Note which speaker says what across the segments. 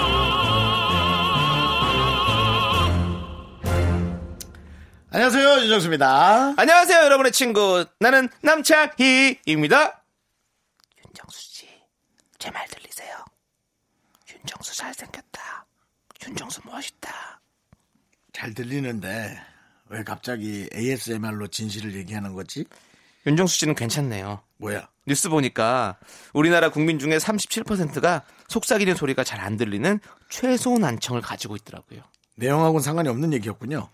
Speaker 1: 안녕하세요, 윤정수입니다.
Speaker 2: 안녕하세요, 여러분의 친구. 나는 남창희입니다. 윤정수 씨, 제 말 들리세요? 윤정수 잘생겼다. 윤정수 멋있다.
Speaker 1: 잘 들리는데, 왜 갑자기 ASMR로 진실을 얘기하는 거지?
Speaker 2: 윤정수 씨는 괜찮네요.
Speaker 1: 뭐야?
Speaker 2: 뉴스 보니까 우리나라 국민 중에 37%가 속삭이는 소리가 잘 안 들리는 최소 난청을 가지고 있더라고요.
Speaker 1: 내용하고는 상관이 없는 얘기였군요.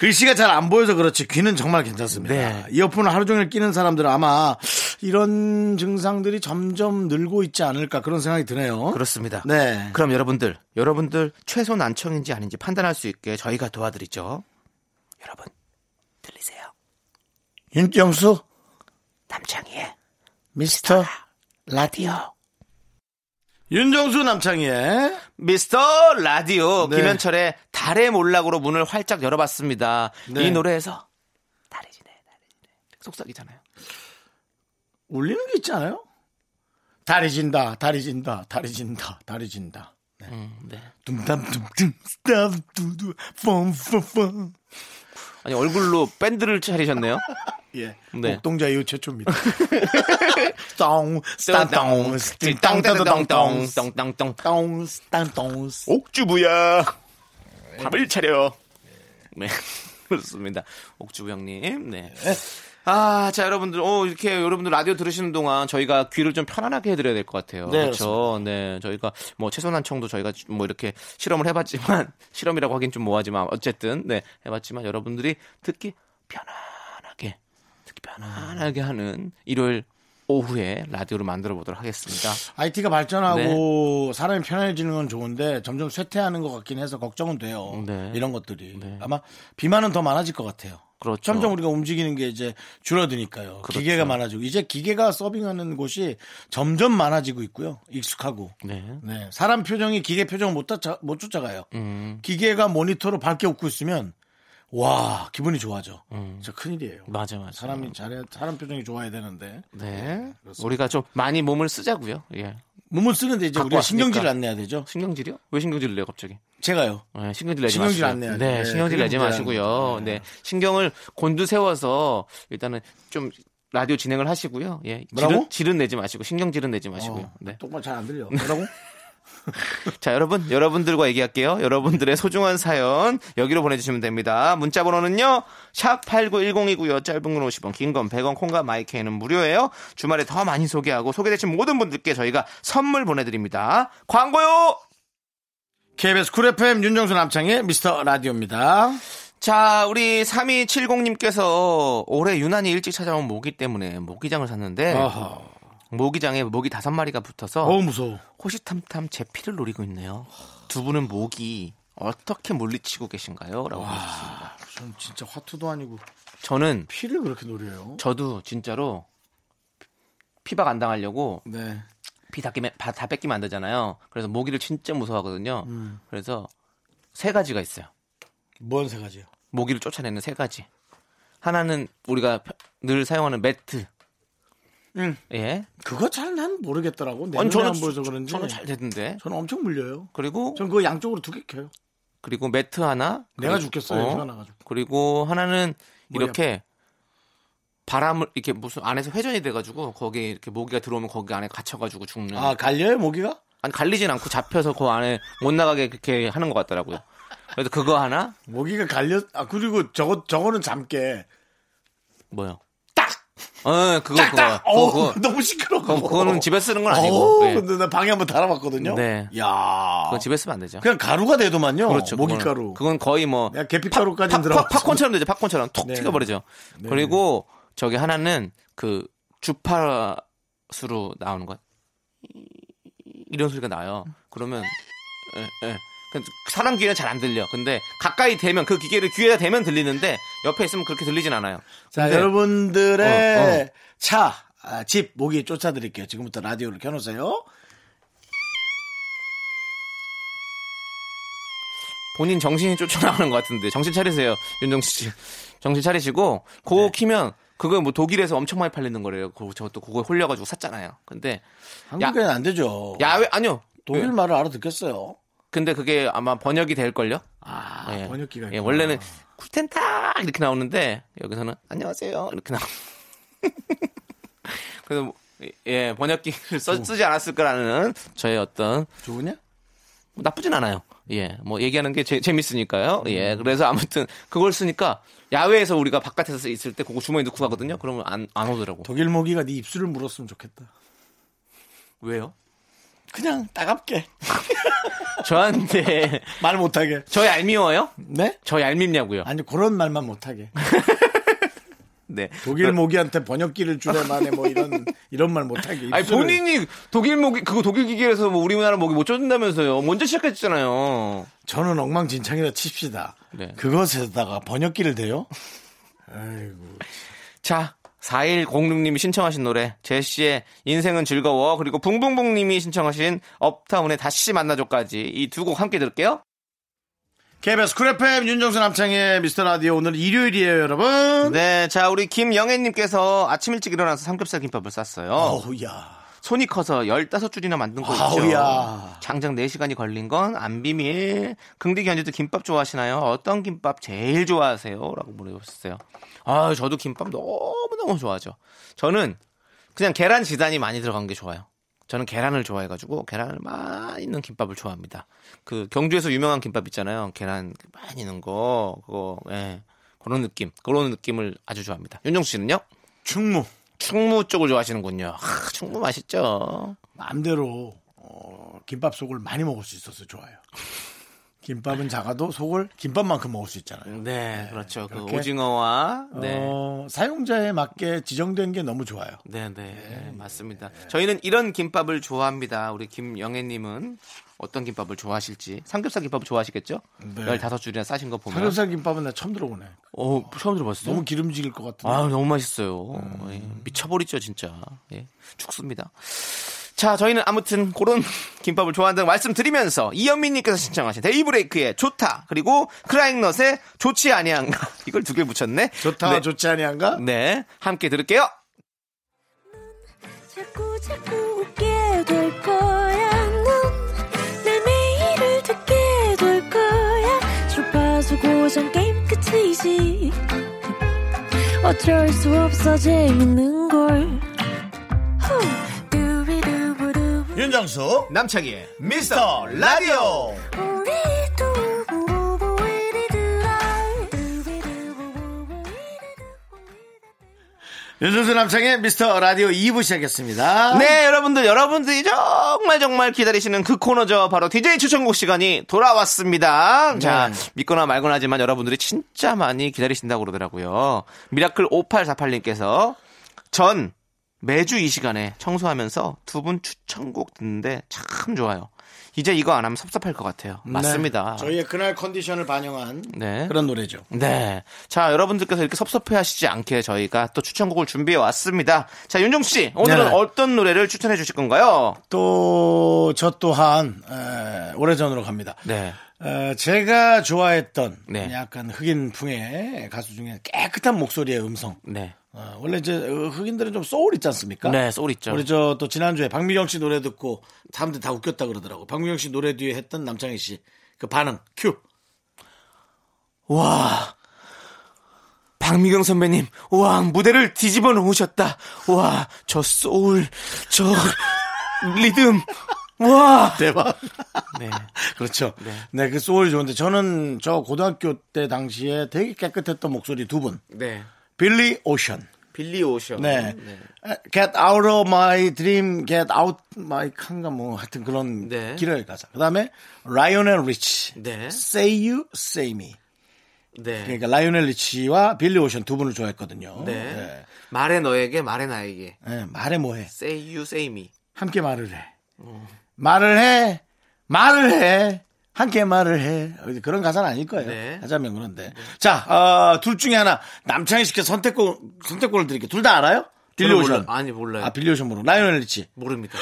Speaker 1: 글씨가 잘 안 보여서 그렇지 귀는 정말 괜찮습니다.
Speaker 2: 네.
Speaker 1: 이어폰을 하루 종일 끼는 사람들은 아마 이런 증상들이 점점 늘고 있지 않을까 그런 생각이 드네요.
Speaker 2: 그렇습니다.
Speaker 1: 네.
Speaker 2: 그럼 여러분들, 여러분들 최소 난청인지 아닌지 판단할 수 있게 저희가 도와드리죠. 여러분, 들리세요?
Speaker 1: 윤정수
Speaker 2: 남창희의
Speaker 1: 미스터 라디오. 윤정수 남창희의
Speaker 2: 미스터 라디오
Speaker 1: 네.
Speaker 2: 김현철의 달의 몰락으로 문을 활짝 열어봤습니다.
Speaker 1: 네.
Speaker 2: 이 노래에서 달이 지네, 달이 지네. 속삭이잖아요.
Speaker 1: 울리는 게 있잖아요. 다리 진다, 다리 진다, 다리 진다, 다리 진다.
Speaker 2: 음, 네.
Speaker 1: 둠담둠둠 스탑 두두 펌펌펌.
Speaker 2: 아니 얼굴로 밴드를 차리셨네요.
Speaker 1: 예.
Speaker 2: 네.
Speaker 1: 목동자 이후 최초입니다. 똥, 스땅똥,
Speaker 2: 땅땅땅땅땅,
Speaker 1: 스땅땅땅땅,
Speaker 2: 땅땅땅.
Speaker 1: 똥, 스땅똥.
Speaker 2: 옥주부야 밥을 차려. 네 그렇습니다. 옥주부 형님. 네. 아, 자, 여러분들, 어, 이렇게 여러분들 라디오 들으시는 동안 저희가 귀를 좀 편안하게 해드려야 될 것 같아요.
Speaker 1: 네,
Speaker 2: 그렇죠. 네, 저희가 뭐 최소한 청도 저희가 뭐 이렇게 실험을 해봤지만, 실험이라고 하긴 좀 뭐하지만, 어쨌든, 네, 해봤지만 여러분들이 듣기 편안하게, 듣기 편안하게 하는 일요일 오후에 라디오를 만들어 보도록 하겠습니다.
Speaker 1: IT가 발전하고
Speaker 2: 네.
Speaker 1: 사람이 편해지는 건 좋은데 점점 쇠퇴하는 것 같긴 해서 걱정은 돼요.
Speaker 2: 네.
Speaker 1: 이런 것들이
Speaker 2: 네.
Speaker 1: 아마 비만은 더 많아질 것 같아요.
Speaker 2: 그렇죠.
Speaker 1: 점점 우리가 움직이는 게 이제 줄어드니까요.
Speaker 2: 그렇죠.
Speaker 1: 기계가 많아지고 이제 기계가 서빙하는 곳이 점점 많아지고 있고요. 익숙하고.
Speaker 2: 네.
Speaker 1: 네. 사람 표정이 기계 표정을 못, 따, 못 쫓아가요.
Speaker 2: 음.
Speaker 1: 기계가 모니터로 밝게 웃고 있으면 와 기분이 좋아져. 진짜 큰일이에요.
Speaker 2: 음. 맞아, 맞아.
Speaker 1: 사람이 잘해 사람 표정이 좋아야 되는데
Speaker 2: 네. 우리가 좀 많이 몸을 쓰자고요. 예.
Speaker 1: 몸을 쓰는데 이제 우리가
Speaker 2: 왔으니까.
Speaker 1: 신경질을 안 내야 되죠.
Speaker 2: 신경질이요? 왜 신경질을 내요, 갑자기?
Speaker 1: 제가요.
Speaker 2: 예, 신경질 내지
Speaker 1: 신경질
Speaker 2: 마시고.
Speaker 1: 안 내야죠.
Speaker 2: 네,
Speaker 1: 네,
Speaker 2: 신경질
Speaker 1: 그게
Speaker 2: 내지
Speaker 1: 문제라는
Speaker 2: 마시고요.
Speaker 1: 거죠.
Speaker 2: 네. 신경을 곤두세워서 일단은 좀 라디오 진행을 하시고요. 예.
Speaker 1: 뭐라고?
Speaker 2: 질은, 질은 내지 마시고 신경질은 내지 마시고요.
Speaker 1: 어,
Speaker 2: 네.
Speaker 1: 똑바로 잘 안 들려. 뭐라고?
Speaker 2: 자, 여러분, 여러분들과 얘기할게요. 여러분들의 소중한 사연 여기로 보내주시면 됩니다. 문자 번호는요. 샵 8910이고요. 짧은 건 50원, 긴 건 100원, 콩과 마이크에는 무료예요. 주말에 더 많이 소개하고 소개되신 모든 분들께 저희가 선물 보내드립니다. 광고요!
Speaker 1: KBS 쿨 FM 윤정수 남창의 미스터 라디오입니다.
Speaker 2: 자, 우리 3270님께서 올해 유난히 일찍 찾아온 모기 때문에 모기장을 샀는데
Speaker 1: 네. 어허.
Speaker 2: 모기장에 모기 다섯 마리가 붙어서
Speaker 1: 아. 어우 무서워.
Speaker 2: 호시탐탐 제 피를 노리고 있네요. 두 분은 모기 어떻게 물리치고 계신가요? 라고 하셨습니다.
Speaker 1: 저는 아, 진짜 화투도 아니고
Speaker 2: 저는
Speaker 1: 피를 그렇게 노려요.
Speaker 2: 저도 진짜로 피박 안 당하려고
Speaker 1: 네.
Speaker 2: 피 다 끼면 다 뺏기면 안 되잖아요. 그래서 모기를 진짜 무서워하거든요.
Speaker 1: 음.
Speaker 2: 그래서 세 가지가 있어요.
Speaker 1: 뭔세 가지요?
Speaker 2: 모기를 쫓아내는 세 가지. 하나는 우리가 펴- 늘 사용하는 매트.
Speaker 1: 응.
Speaker 2: 예.
Speaker 1: 그거 잘 난 모르겠더라고. 음. 내
Speaker 2: 아니,
Speaker 1: 눈에 안
Speaker 2: 지-
Speaker 1: 보여서 그런지.
Speaker 2: 저는 잘 되던데.
Speaker 1: 저는 엄청 물려요.
Speaker 2: 그리고
Speaker 1: 전 그거 양쪽으로 두 개 켜요.
Speaker 2: 그리고 매트 하나.
Speaker 1: 내가
Speaker 2: 그리고-
Speaker 1: 죽겠어요.
Speaker 2: 어.
Speaker 1: 어? 나가지고.
Speaker 2: 그리고 하나는
Speaker 1: 머리
Speaker 2: 이렇게 바람을 이렇게 무슨 안에서 회전이 돼가지고 거기 에 이렇게 모기가 들어오면 거기 안에 갇혀가지고 죽는.
Speaker 1: 아 갈려요 모기가?
Speaker 2: 아니 갈리진 않고 잡혀서 그 안에 못 나가게 그렇게 하는 것 같더라고요. 그래서 그거 하나
Speaker 1: 모기가 갈려. 아 그리고 저거 저거는 잠깨.
Speaker 2: 뭐요?
Speaker 1: 딱.
Speaker 2: 어 그거
Speaker 1: 딱.
Speaker 2: 그거
Speaker 1: 어
Speaker 2: 그거.
Speaker 1: 우 너무 시끄러워.
Speaker 2: 그거 그거는 집에 쓰는 건 아니고.
Speaker 1: 어우,
Speaker 2: 예.
Speaker 1: 근데 나 방에 한번 달아봤거든요.
Speaker 2: 네.
Speaker 1: 야.
Speaker 2: 그건 집에 쓰면 안 되죠.
Speaker 1: 네. 그냥 가루가 되더만요.
Speaker 2: 그렇죠.
Speaker 1: 모기
Speaker 2: 그거는-
Speaker 1: 가루.
Speaker 2: 그건 거의 뭐
Speaker 1: 내가 계피가루까지
Speaker 2: 파-
Speaker 1: 들어가.
Speaker 2: 파- 팝콘처럼 되죠. 팝콘처럼 톡
Speaker 1: 네.
Speaker 2: 튀겨버리죠. 그리고 저기 하나는 그 주파수로 나오는 거 이런 소리가 나요. 그러면 예, 예. 그 사람 귀에는 잘 안 들려. 근데 가까이 대면 그 기계를 귀에다 대면 들리는데 옆에 있으면 그렇게 들리진 않아요.
Speaker 1: 자,
Speaker 2: 근데
Speaker 1: 여러분들의
Speaker 2: 네. 어, 어.
Speaker 1: 차, 아, 집, 모기 쫓아드릴게요. 지금부터 라디오를 켜놓으세요.
Speaker 2: 본인 정신이 쫓아나가는 것 같은데 정신 차리세요, 윤정수 씨. 정신 차리시고 그거
Speaker 1: 네.
Speaker 2: 키면 그거 뭐 독일에서 엄청 많이 팔리는 거래요. 그거 저도 그거 홀려가지고 샀잖아요. 근데
Speaker 1: 한국에는 안 되죠.
Speaker 2: 야외 아니요.
Speaker 1: 독일
Speaker 2: 예.
Speaker 1: 말을 알아듣겠어요.
Speaker 2: 근데 그게 아마 번역이 될 걸요.
Speaker 1: 아,
Speaker 2: 예.
Speaker 1: 번역기가. 아,
Speaker 2: 예,
Speaker 1: 있구나.
Speaker 2: 원래는 쿨텐타 이렇게 나오는데 여기서는 안녕하세요 이렇게 나오. 그래서 뭐, 예 번역기를 써, 쓰지 않았을 거라는 저의 어떤
Speaker 1: 좋으냐?
Speaker 2: 뭐 나쁘진 않아요. 예, 뭐 얘기하는 게 재, 재밌으니까요.
Speaker 1: 음.
Speaker 2: 예, 그래서 아무튼 그걸 쓰니까 야외에서 우리가 바깥에서 있을 때 그거 주머니 넣고 가거든요. 그러면 안 안 오더라고.
Speaker 1: 독일 모기가 네 입술을 물었으면 좋겠다.
Speaker 2: 왜요?
Speaker 1: 그냥 따갑게.
Speaker 2: 저한테
Speaker 1: 말 못하게.
Speaker 2: 저 얄미워요?
Speaker 1: 네?
Speaker 2: 저 얄밉냐고요?
Speaker 1: 아니, 그런 말만 못하게.
Speaker 2: 네.
Speaker 1: 독일 모기한테 번역기를 주래만에 뭐 이런, 이런 말 못하게.
Speaker 2: 아니
Speaker 1: 입술을.
Speaker 2: 본인이 독일 목이 그거 독일 기계에서 뭐 우리나라 목이 못 쫓는다면서요. 먼저 시작했잖아요.
Speaker 1: 저는 엉망진창이라 칩시다.
Speaker 2: 네.
Speaker 1: 그것에다가 번역기를 대요? 아이고.
Speaker 2: 자, 4106님이 신청하신 노래 제시의 인생은 즐거워 그리고 붕붕붕님이 신청하신 업타운의 다시 만나줘까지 이 두 곡 함께 들을게요.
Speaker 1: KBS 쿨 FM 윤정수 남창의 미스터 라디오 오늘 일요일이에요, 여러분.
Speaker 2: 네, 자 우리 김영애님께서 아침 일찍 일어나서 삼겹살 김밥을 쌌어요.
Speaker 1: 어우야.
Speaker 2: 손이 커서 15줄이나 만든 거 있죠.
Speaker 1: 아우야.
Speaker 2: 장장 4시간이 걸린 건 안 비밀. 긍디 견디도 김밥 좋아하시나요? 어떤 김밥 제일 좋아하세요? 라고 물어보셨어요. 아, 저도 김밥 너무너무 좋아하죠. 저는 그냥 계란 지단이 많이 들어간 게 좋아요. 저는 계란을 좋아해가지고 계란을 많이 넣은 김밥을 좋아합니다. 그 경주에서 유명한 김밥 있잖아요. 계란 많이 넣은 거 그거 예 그런 느낌 그런 느낌을 아주 좋아합니다. 윤정수 씨는요?
Speaker 1: 충무.
Speaker 2: 충무 쪽을 좋아하시는군요. 하, 충무 맛있죠.
Speaker 1: 마음대로 어, 김밥 속을 많이 먹을 수 있어서 좋아요. 김밥은 작아도 속을 김밥만큼 먹을 수 있잖아요.
Speaker 2: 네, 그렇죠. 그
Speaker 1: 그렇게?
Speaker 2: 오징어와 네.
Speaker 1: 어, 사용자에 맞게 지정된 게 너무 좋아요.
Speaker 2: 네, 네, 네, 맞습니다. 저희는 이런 김밥을 좋아합니다. 우리 김영애님은 어떤 김밥을 좋아하실지 삼겹살 김밥을 좋아하시겠죠?
Speaker 1: 네.
Speaker 2: 15줄이나 싸신 거 보면
Speaker 1: 삼겹살 김밥은 나 처음 들어보네.
Speaker 2: 어, 처음 들어봤어요.
Speaker 1: 너무 기름지길 음. 것 같은데.
Speaker 2: 아, 너무 맛있어요. 예, 미쳐버리죠, 진짜. 예, 죽습니다. 자, 저희는 아무튼 그런 김밥을 좋아한다는 말씀 드리면서 이현민님께서 신청하신 데이브레이크의 좋다 그리고 크라잉넛의 좋지 아니한가 이걸 두 개 붙였네.
Speaker 1: 좋다,
Speaker 2: 네,
Speaker 1: 좋지 아니한가?
Speaker 2: 네, 함께 들을게요.
Speaker 3: 자꾸 자꾸 웃게 될 거야. 넌내 매일을 듣게 될 거야. 주파수 고정 게임 끝이지. 어쩔 수 없어 재밌는 걸. 후. 두비두부두.
Speaker 1: 윤정수,
Speaker 2: 남창희의
Speaker 1: 미스터 라디오.
Speaker 3: 우리 두부부부 우리들아. 두비두부부부 우리들아.
Speaker 1: 윤정수 남창의 미스터 라디오 2부 시작했습니다.
Speaker 2: 네, 여러분들, 여러분들이 정말 정말 기다리시는 그 코너죠. 바로 DJ 추천곡 시간이 돌아왔습니다. 자,
Speaker 1: 네.
Speaker 2: 믿거나 말거나 하지만 여러분들이 진짜 많이 기다리신다고 그러더라고요. 미라클 5848님께서 전 매주 이 시간에 청소하면서 두 분 추천곡 듣는데 참 좋아요. 이제 이거 안 하면 섭섭할 것 같아요. 맞습니다.
Speaker 1: 네, 저희의 그날 컨디션을 반영한
Speaker 2: 네.
Speaker 1: 그런 노래죠.
Speaker 2: 네. 자, 여러분들께서 이렇게 섭섭해 하시지 않게 저희가 또 추천곡을 준비해 왔습니다. 자, 윤종수 씨, 오늘은
Speaker 1: 네.
Speaker 2: 어떤 노래를 추천해 주실 건가요?
Speaker 1: 또 저 또한 에, 오래전으로 갑니다.
Speaker 2: 네.
Speaker 1: 어, 제가 좋아했던
Speaker 2: 네.
Speaker 1: 약간 흑인풍의 가수 중에 깨끗한 목소리의 음성.
Speaker 2: 네.
Speaker 1: 어, 원래 이제 어, 흑인들은 좀 소울 있지 않습니까?
Speaker 2: 네, 소울 있죠.
Speaker 1: 그러니까 우리 저 또 지난주에 박미경 씨 노래 듣고 사람들 다 웃겼다 그러더라고. 박미경 씨 노래 뒤에 했던 남창희 씨 그 반응 큐.
Speaker 2: 와. 박미경 선배님, 와, 무대를 뒤집어 놓으셨다. 와, 저 소울, 저 리듬, 와.
Speaker 1: 대박.
Speaker 2: 네.
Speaker 1: 그렇죠. 네. 그 소울 좋은데 저는 저 고등학교 때 당시에 되게 깨끗했던 목소리 두 분.
Speaker 2: 네.
Speaker 1: 빌리 오션.
Speaker 2: 빌리 오션.
Speaker 1: 네. Get out of my dream, get out my 칸가 뭐 하여튼 그런
Speaker 2: 네.
Speaker 1: 길어요 가사. 그다음에 라이오넬 리치.
Speaker 2: 네.
Speaker 1: Say you, say me.
Speaker 2: 네.
Speaker 1: 그러니까 라이오넬 리치와 빌리 오션 두 분을 좋아했거든요.
Speaker 2: 네.
Speaker 1: 네.
Speaker 2: 말해 너에게, 말해 나에게.
Speaker 1: 네, 말해 뭐해.
Speaker 2: Say you, say me.
Speaker 1: 함께 말을 해. 말을 해. 말을 해. 함께 말을 해. 그런 가사는 아닐 거예요.
Speaker 2: 네.
Speaker 1: 하자면 그런데. 자, 어, 둘 중에 하나. 남창희 씨께 선택권, 선택권을 드릴게요. 둘 다 알아요? 빌리오션.
Speaker 2: 몰라요. 아니, 몰라요.
Speaker 1: 아, 빌리오션으로. 라이언 엘리치.
Speaker 2: 모릅니다.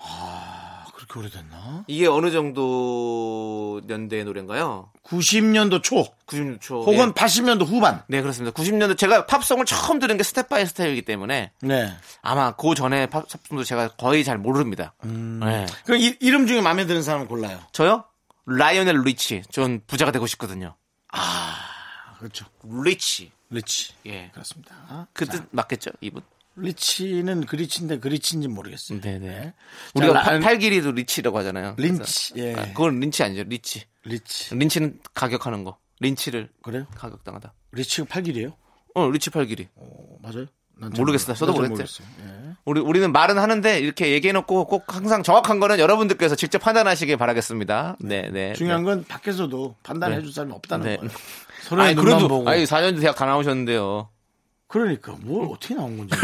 Speaker 1: 아, 그렇게 오래됐나?
Speaker 2: 이게 어느 정도 연대의 노래인가요?
Speaker 1: 90년도 초.
Speaker 2: 네. 90초. 예.
Speaker 1: 혹은 80년도 후반.
Speaker 2: 네, 그렇습니다. 90년도 제가 팝송을 처음 들은 게 스텝 바이 스텝이기 때문에
Speaker 1: 네.
Speaker 2: 아마 그 전에 팝송도 제가 거의 잘 모릅니다.
Speaker 1: 음.
Speaker 2: 네.
Speaker 1: 그럼 이, 이름 중에 마음에 드는 사람 골라요.
Speaker 2: 저요? 라이오넬 리치. 전 부자가 되고 싶거든요.
Speaker 1: 아, 그렇죠.
Speaker 2: 리치.
Speaker 1: 리치.
Speaker 2: 예.
Speaker 1: 그렇습니다.
Speaker 2: 그 뜻 맞겠죠? 이분?
Speaker 1: 리치는 그리치인데 그리치인지
Speaker 2: 음.
Speaker 1: 모르겠어요.
Speaker 2: 네네.
Speaker 1: 우리가
Speaker 2: 우리가
Speaker 1: 라-
Speaker 2: 팔, 팔길이도 리치라고 하잖아요.
Speaker 1: 린치,
Speaker 2: 그래서-
Speaker 1: 예.
Speaker 2: 아, 그건 린치 아니죠. 리치.
Speaker 1: 리치.
Speaker 2: 린치는 가격하는 거. 린치를
Speaker 1: 그래요?
Speaker 2: 가격당하다.
Speaker 1: 리치가 팔길이에요?
Speaker 2: 어, 리치 팔길이.
Speaker 1: 어, 맞아요? 난
Speaker 2: 모르겠어요. 저도 모르겠어요.
Speaker 1: 모르겠어요. 예.
Speaker 2: 우리 우리는 말은 하는데 이렇게 얘기해놓고 꼭 항상 정확한 거는 여러분들께서 직접 판단하시길 바라겠습니다. 네, 네.
Speaker 1: 중요한 건 밖에서도 판단해
Speaker 2: 네.
Speaker 1: 줄 사람이 없다는
Speaker 2: 네.
Speaker 1: 거예요.
Speaker 2: 네.
Speaker 1: 서로의
Speaker 2: 아니
Speaker 1: 눈만
Speaker 2: 그래도
Speaker 1: 보고.
Speaker 2: 아니 4년 대학 가 나오셨는데요.
Speaker 1: 그러니까 뭘 어떻게 나온 건지.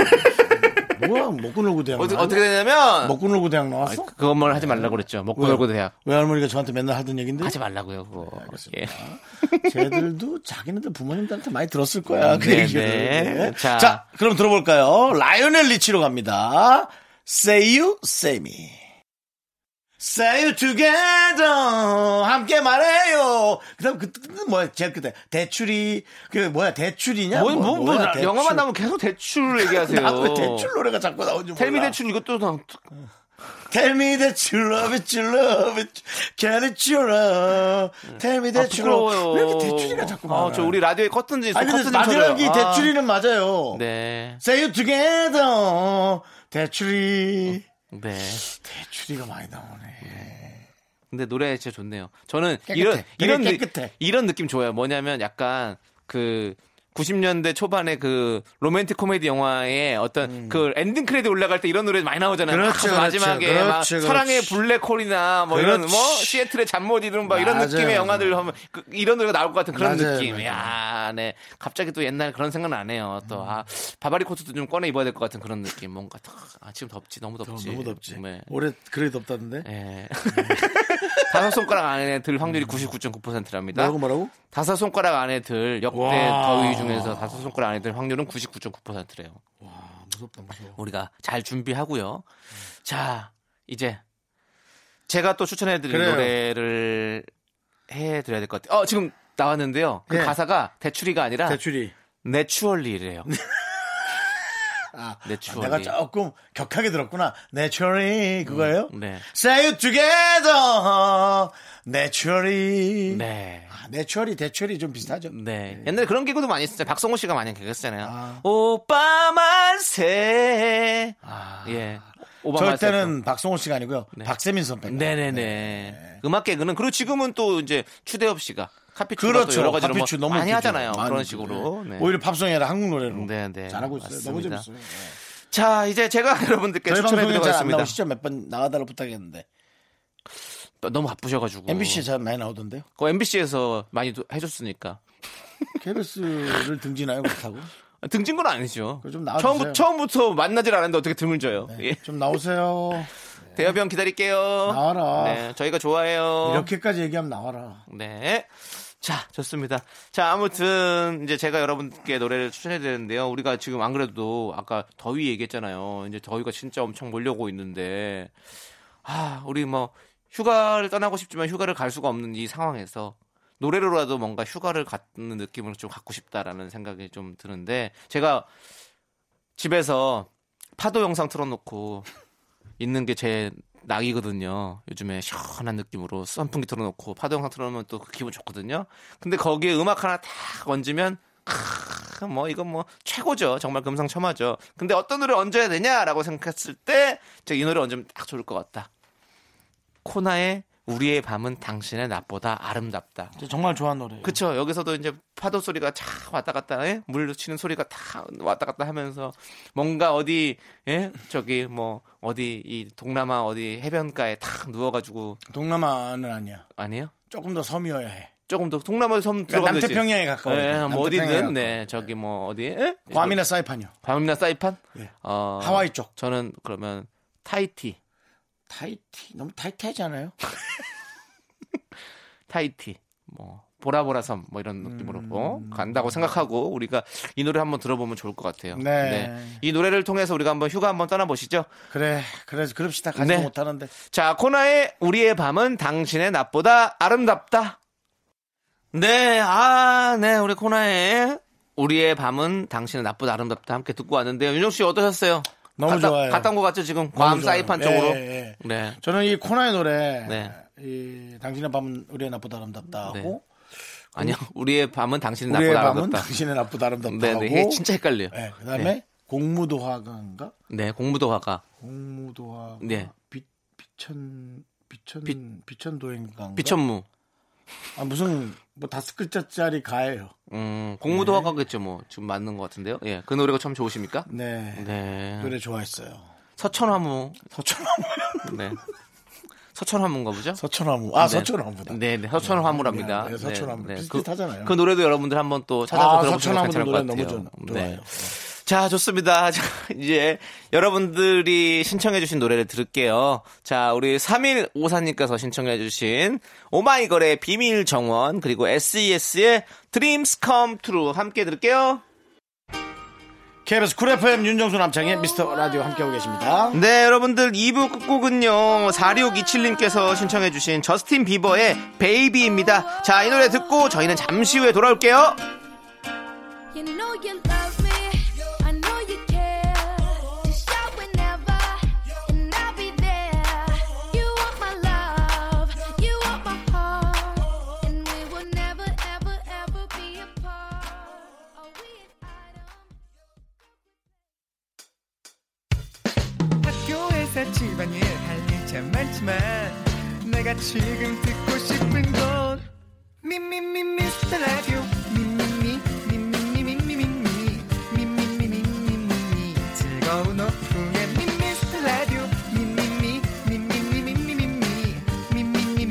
Speaker 1: 뭐야 먹고 놀고 대학
Speaker 2: 어,
Speaker 1: 나왔어?
Speaker 2: 어떻게 되냐면
Speaker 1: 먹고 놀고 대학 나왔어?
Speaker 2: 그것만 하지 말라고 그랬죠. 먹고
Speaker 1: 왜요? 네?
Speaker 2: 놀고 대학
Speaker 1: 외할머니가 저한테 맨날 하던 얘긴데
Speaker 2: 하지 말라고요. 그거. 예.
Speaker 1: 쟤들도 자기네들 부모님들한테 많이 들었을 거야. 그
Speaker 2: 네,
Speaker 1: 얘기를.
Speaker 2: 네.
Speaker 1: 네. 자.
Speaker 2: 자.
Speaker 1: 그럼 들어볼까요? 라이오넬 리치로 갑니다. Say you, say me. Say you together. 함께 말해요. 그 다음, 그, 그, 뭐야, 제일 그때. 대출이, 그, 뭐야, 대출이냐?
Speaker 2: 뭐, 뭐, 뭐,
Speaker 1: 뭐야, 대출.
Speaker 2: 영화만 나오면 계속 대출 얘기하세요.
Speaker 1: 나왜 대출 노래가 자꾸 나오는지 몰라.
Speaker 2: 텔미 대출 이것도 나
Speaker 1: Tell me that you love it, you love it, get it, you love. Tell me that you love.
Speaker 2: 음. 아, 부끄러워요.
Speaker 1: 왜 이렇게 대출이가 자꾸 나와?
Speaker 2: 아, 저 우리 라디오에 커튼지 있어.
Speaker 1: 아니 근데
Speaker 2: 커튼
Speaker 1: 마지막이 대출이는 맞아요.
Speaker 2: 네.
Speaker 1: Say you together. 대출이.
Speaker 2: 네.
Speaker 1: 대출이가 많이 나오네.
Speaker 2: 근데 노래 진짜 좋네요. 저는
Speaker 1: 깨끗해.
Speaker 2: 이런
Speaker 1: 되게
Speaker 2: 이런 느-
Speaker 1: 깨끗해.
Speaker 2: 이런 느낌 좋아요. 뭐냐면 약간 그 90년대 초반에 그 로맨틱 코미디 영화의 어떤 그 엔딩 크레딧 올라갈 때 이런 노래 많이 나오잖아요. 막
Speaker 1: 음. 그렇죠,
Speaker 2: 마지막에
Speaker 1: 그렇죠,
Speaker 2: 막
Speaker 1: 그렇죠.
Speaker 2: 사랑의 블랙홀이나 뭐 이런
Speaker 1: 그렇지.
Speaker 2: 뭐 시애틀의 잠못 이루는 막 이런
Speaker 1: 맞아요.
Speaker 2: 느낌의 영화들 하면 그- 이런 노래가 나올 것 같은 그런
Speaker 1: 맞아요,
Speaker 2: 느낌.
Speaker 1: 맞아요.
Speaker 2: 야, 네. 갑자기 또 옛날 그런 생각 나네요. 또
Speaker 1: 음.
Speaker 2: 아, 바바리 코트도 좀 꺼내 입어야 될 것 같은 그런 느낌. 뭔가 탁, 아, 지금 덥지. 너무 덥지.
Speaker 1: 너무 덥지.
Speaker 2: 네.
Speaker 1: 올해 그래 덥다는데.
Speaker 2: 예.
Speaker 1: 음.
Speaker 2: 다섯 손가락 안에 들 확률이 99.9%랍니다.
Speaker 1: 뭐라고 뭐라고?
Speaker 2: 다섯 손가락 안에 들 역대
Speaker 1: 와.
Speaker 2: 더위 중에서 다섯 손가락 안에 들 확률은 99.9%래요. 아,
Speaker 1: 와 무섭다 무서워.
Speaker 2: 우리가 잘 준비하고요. 자, 이제 제가 또 추천해드릴
Speaker 1: 그래요.
Speaker 2: 노래를 해드려야 될 것 같아요. 어, 지금 나왔는데요. 그
Speaker 1: 예.
Speaker 2: 가사가 대출이가 아니라
Speaker 1: 대출이.
Speaker 2: 내추얼리래요.
Speaker 1: 아, 아,
Speaker 2: 내추얼리.
Speaker 1: 내가 조금 격하게 들었구나. 내추럴이 그거예요?
Speaker 2: 네.
Speaker 1: Say you together. 내추럴이.
Speaker 2: 네.
Speaker 1: 아, 내추럴이 대출이 좀 비슷하죠.
Speaker 2: 네. 옛날에 그런 개그도 많이 했었잖아요. 박성호 씨가 많이 개그했잖아요.
Speaker 1: 아.
Speaker 2: 오빠 만세.
Speaker 1: 아.
Speaker 2: 예. 오빠
Speaker 1: 저 때는 박성호 씨가 아니고요. 박세민 선배님.
Speaker 2: 네. 네네네. 음악 개그는 그리고 지금은 또 이제 추대엽 씨가 카피추 그
Speaker 1: 그렇죠.
Speaker 2: 여러 가지로
Speaker 1: 카피추
Speaker 2: 뭐
Speaker 1: 너무
Speaker 2: 많이
Speaker 1: 웃기죠.
Speaker 2: 하잖아요.
Speaker 1: 많이
Speaker 2: 그런
Speaker 1: 웃기죠.
Speaker 2: 식으로. 네.
Speaker 1: 오히려 팝송이 아니라 한국 노래로
Speaker 2: 네, 네.
Speaker 1: 잘하고 있어요. 너무
Speaker 2: 맞습니다.
Speaker 1: 재밌어요. 예.
Speaker 2: 자, 이제 제가 여러분들께
Speaker 1: 저희
Speaker 2: 추천해
Speaker 1: 방송에 잘안
Speaker 2: 드리겠습니다.
Speaker 1: 나오시죠? 몇 번 나가달라 부탁했는데
Speaker 2: 너무 바쁘셔가지고.
Speaker 1: MBC에 잘 많이 나오던데요?
Speaker 2: 그 MBC에서 많이 도- 해줬으니까.
Speaker 1: KBS를 등지나요 그렇다고?
Speaker 2: 아, 등진 건 아니죠.
Speaker 1: 그거 좀 나와주세요. 네.
Speaker 2: 처음, 처음부터 만나질 않았는데 어떻게 등을 져요. 예.
Speaker 1: 좀 나오세요.
Speaker 2: 대엽이 형 기다릴게요.
Speaker 1: 나와라.
Speaker 2: 네, 저희가 좋아해요.
Speaker 1: 이렇게까지 얘기하면 나와라.
Speaker 2: 네. 자, 좋습니다. 자, 아무튼 이제 제가 여러분께 노래를 추천해 드리는데요. 우리가 지금 안 그래도 아까 더위 얘기했잖아요. 이제 더위가 진짜 엄청 몰려오고 있는데 아, 우리 뭐 휴가를 떠나고 싶지만 휴가를 갈 수가 없는 이 상황에서 노래로라도 뭔가 휴가를 갖는 느낌을 좀 갖고 싶다라는 생각이 좀 드는데 제가 집에서 파도 영상 틀어놓고 있는 게 제 낙이거든요. 요즘에 시원한 느낌으로 선풍기 틀어놓고 파도 영상 틀어놓으면 또그 기분 좋거든요. 근데 거기에 음악 하나 탁 얹으면 크, 뭐 이건 뭐 최고죠. 정말 금상첨화죠. 근데 어떤 노래 얹어야 되냐라고 생각했을 때 제가 이 노래 얹으면 딱 좋을 것 같다. 코나의 우리의 밤은 당신의 낮보다 아름답다.
Speaker 1: 저 정말 좋아하는 노래예요.
Speaker 2: 그쵸 여기서도 이제 파도 소리가 촥 왔다 갔다 예? 물 치는 소리가 다 왔다 갔다 하면서 뭔가 어디 예? 저기 뭐 어디 이 동남아 어디 해변가에 탁 누워가지고
Speaker 1: 동남아는 아니야.
Speaker 2: 아니에요
Speaker 1: 조금 더 섬이어야 해.
Speaker 2: 조금 더 동남아 섬
Speaker 1: 그러니까
Speaker 2: 들어가면 되지.
Speaker 1: 남태평양에 가까워.
Speaker 2: 예,
Speaker 1: 요
Speaker 2: 뭐 어디든 네 저기 뭐 어디 예?
Speaker 1: 괌이나 사이판이요.
Speaker 2: 괌이나 사이판
Speaker 1: 예.
Speaker 2: 어,
Speaker 1: 하와이 쪽.
Speaker 2: 저는 그러면 타이티
Speaker 1: 타이티 너무 타이트하지 않아요?
Speaker 2: 타이티, 뭐 보라보라섬 뭐 이런 느낌으로
Speaker 1: 음.
Speaker 2: 어? 간다고 생각하고 우리가 이 노래 한번 들어보면 좋을 것 같아요.
Speaker 1: 네.
Speaker 2: 이 노래를 통해서 우리가 한번 휴가 한번 떠나보시죠.
Speaker 1: 그래, 그래서 그럽시다. 가지 도
Speaker 2: 네.
Speaker 1: 못하는데.
Speaker 2: 자, 코나의 우리의 밤은 당신의 낮보다 아름답다. 네, 아, 네, 우리 코나의 우리의 밤은 당신의 낮보다 아름답다 함께 듣고 왔는데요. 윤정 씨 어떠셨어요?
Speaker 1: 너무
Speaker 2: 갔다,
Speaker 1: 좋아요.
Speaker 2: 갔다 온 것 같죠 지금
Speaker 1: 좋아요.
Speaker 2: 괌 사이판
Speaker 1: 예,
Speaker 2: 쪽으로.
Speaker 1: 예, 예.
Speaker 2: 네.
Speaker 1: 저는 이 코나의 노래,
Speaker 2: 네.
Speaker 1: 이 당신의 밤은 우리의 낮보다 아름답다 하고,
Speaker 2: 네. 아니요, 우리의 밤은 당신의
Speaker 1: 우리의
Speaker 2: 낮보다
Speaker 1: 밤은
Speaker 2: 네. 아름답다.
Speaker 1: 당신의 낮보다 아름답다
Speaker 2: 네,
Speaker 1: 하고,
Speaker 2: 네, 이게 진짜 헷갈려요.
Speaker 1: 예, 그다음에
Speaker 2: 네.
Speaker 1: 공무도화가인가?
Speaker 2: 네, 공부도 화가
Speaker 1: 공무도화가
Speaker 2: 네.
Speaker 1: 비, 비천 비천 비천 도행가
Speaker 2: 비천무.
Speaker 1: 아 무슨 뭐 다섯 글자짜리 가예요.
Speaker 2: 음, 공부도 화가겠죠 뭐 지금 맞는 것 같은데요. 예, 그 노래가 참 좋으십니까?
Speaker 1: 네.
Speaker 2: 네.
Speaker 1: 노래 좋아했어요.
Speaker 2: 서천화무.
Speaker 1: 서천화무
Speaker 2: 네. 서천화무인가 보죠?
Speaker 1: 서천화무 아
Speaker 2: 네.
Speaker 1: 서천화무다.
Speaker 2: 네, 네, 서천화무랍니다.
Speaker 1: 네, 네, 서천화무. 비슷비슷하잖아요.
Speaker 2: 그, 그 노래도 여러분들 한번 또 찾아서
Speaker 1: 아
Speaker 2: 들어보시면
Speaker 1: 서천화무
Speaker 2: 괜찮을 것
Speaker 1: 노래
Speaker 2: 같아요.
Speaker 1: 너무 좋- 좋아요.
Speaker 2: 네. 자, 좋습니다. 자, 이제 여러분들이 신청해주신 노래를 들을게요. 자, 우리 3일 5사님께서 신청해주신 오마이걸의 비밀 정원, 그리고 SES의 Dreams Come True 함께 들을게요.
Speaker 1: KBS 쿨 FM 윤정수 남창의 미스터 라디오 함께하고 계십니다.
Speaker 2: 네, 여러분들 2부 끝곡은요. 4627님께서 신청해주신 저스틴 비버의 베이비입니다. 자, 이 노래 듣고 저희는 잠시 후에 돌아올게요.
Speaker 3: You know you love me. I know you care. Just shout whenever, and I'll be there. You want my love. You want my heart. And we will never, ever, ever be apart. Are we an item?
Speaker 4: 학교에서 집안일 할 일 참 많지만 내가 지금 듣고 싶은 건 미미미 미스터 라디오 미미미 미미미 미미미 미미미 미미미 즐거운 오후에 미스터 라디오 미미미 미미미 미미미 미미미 미미미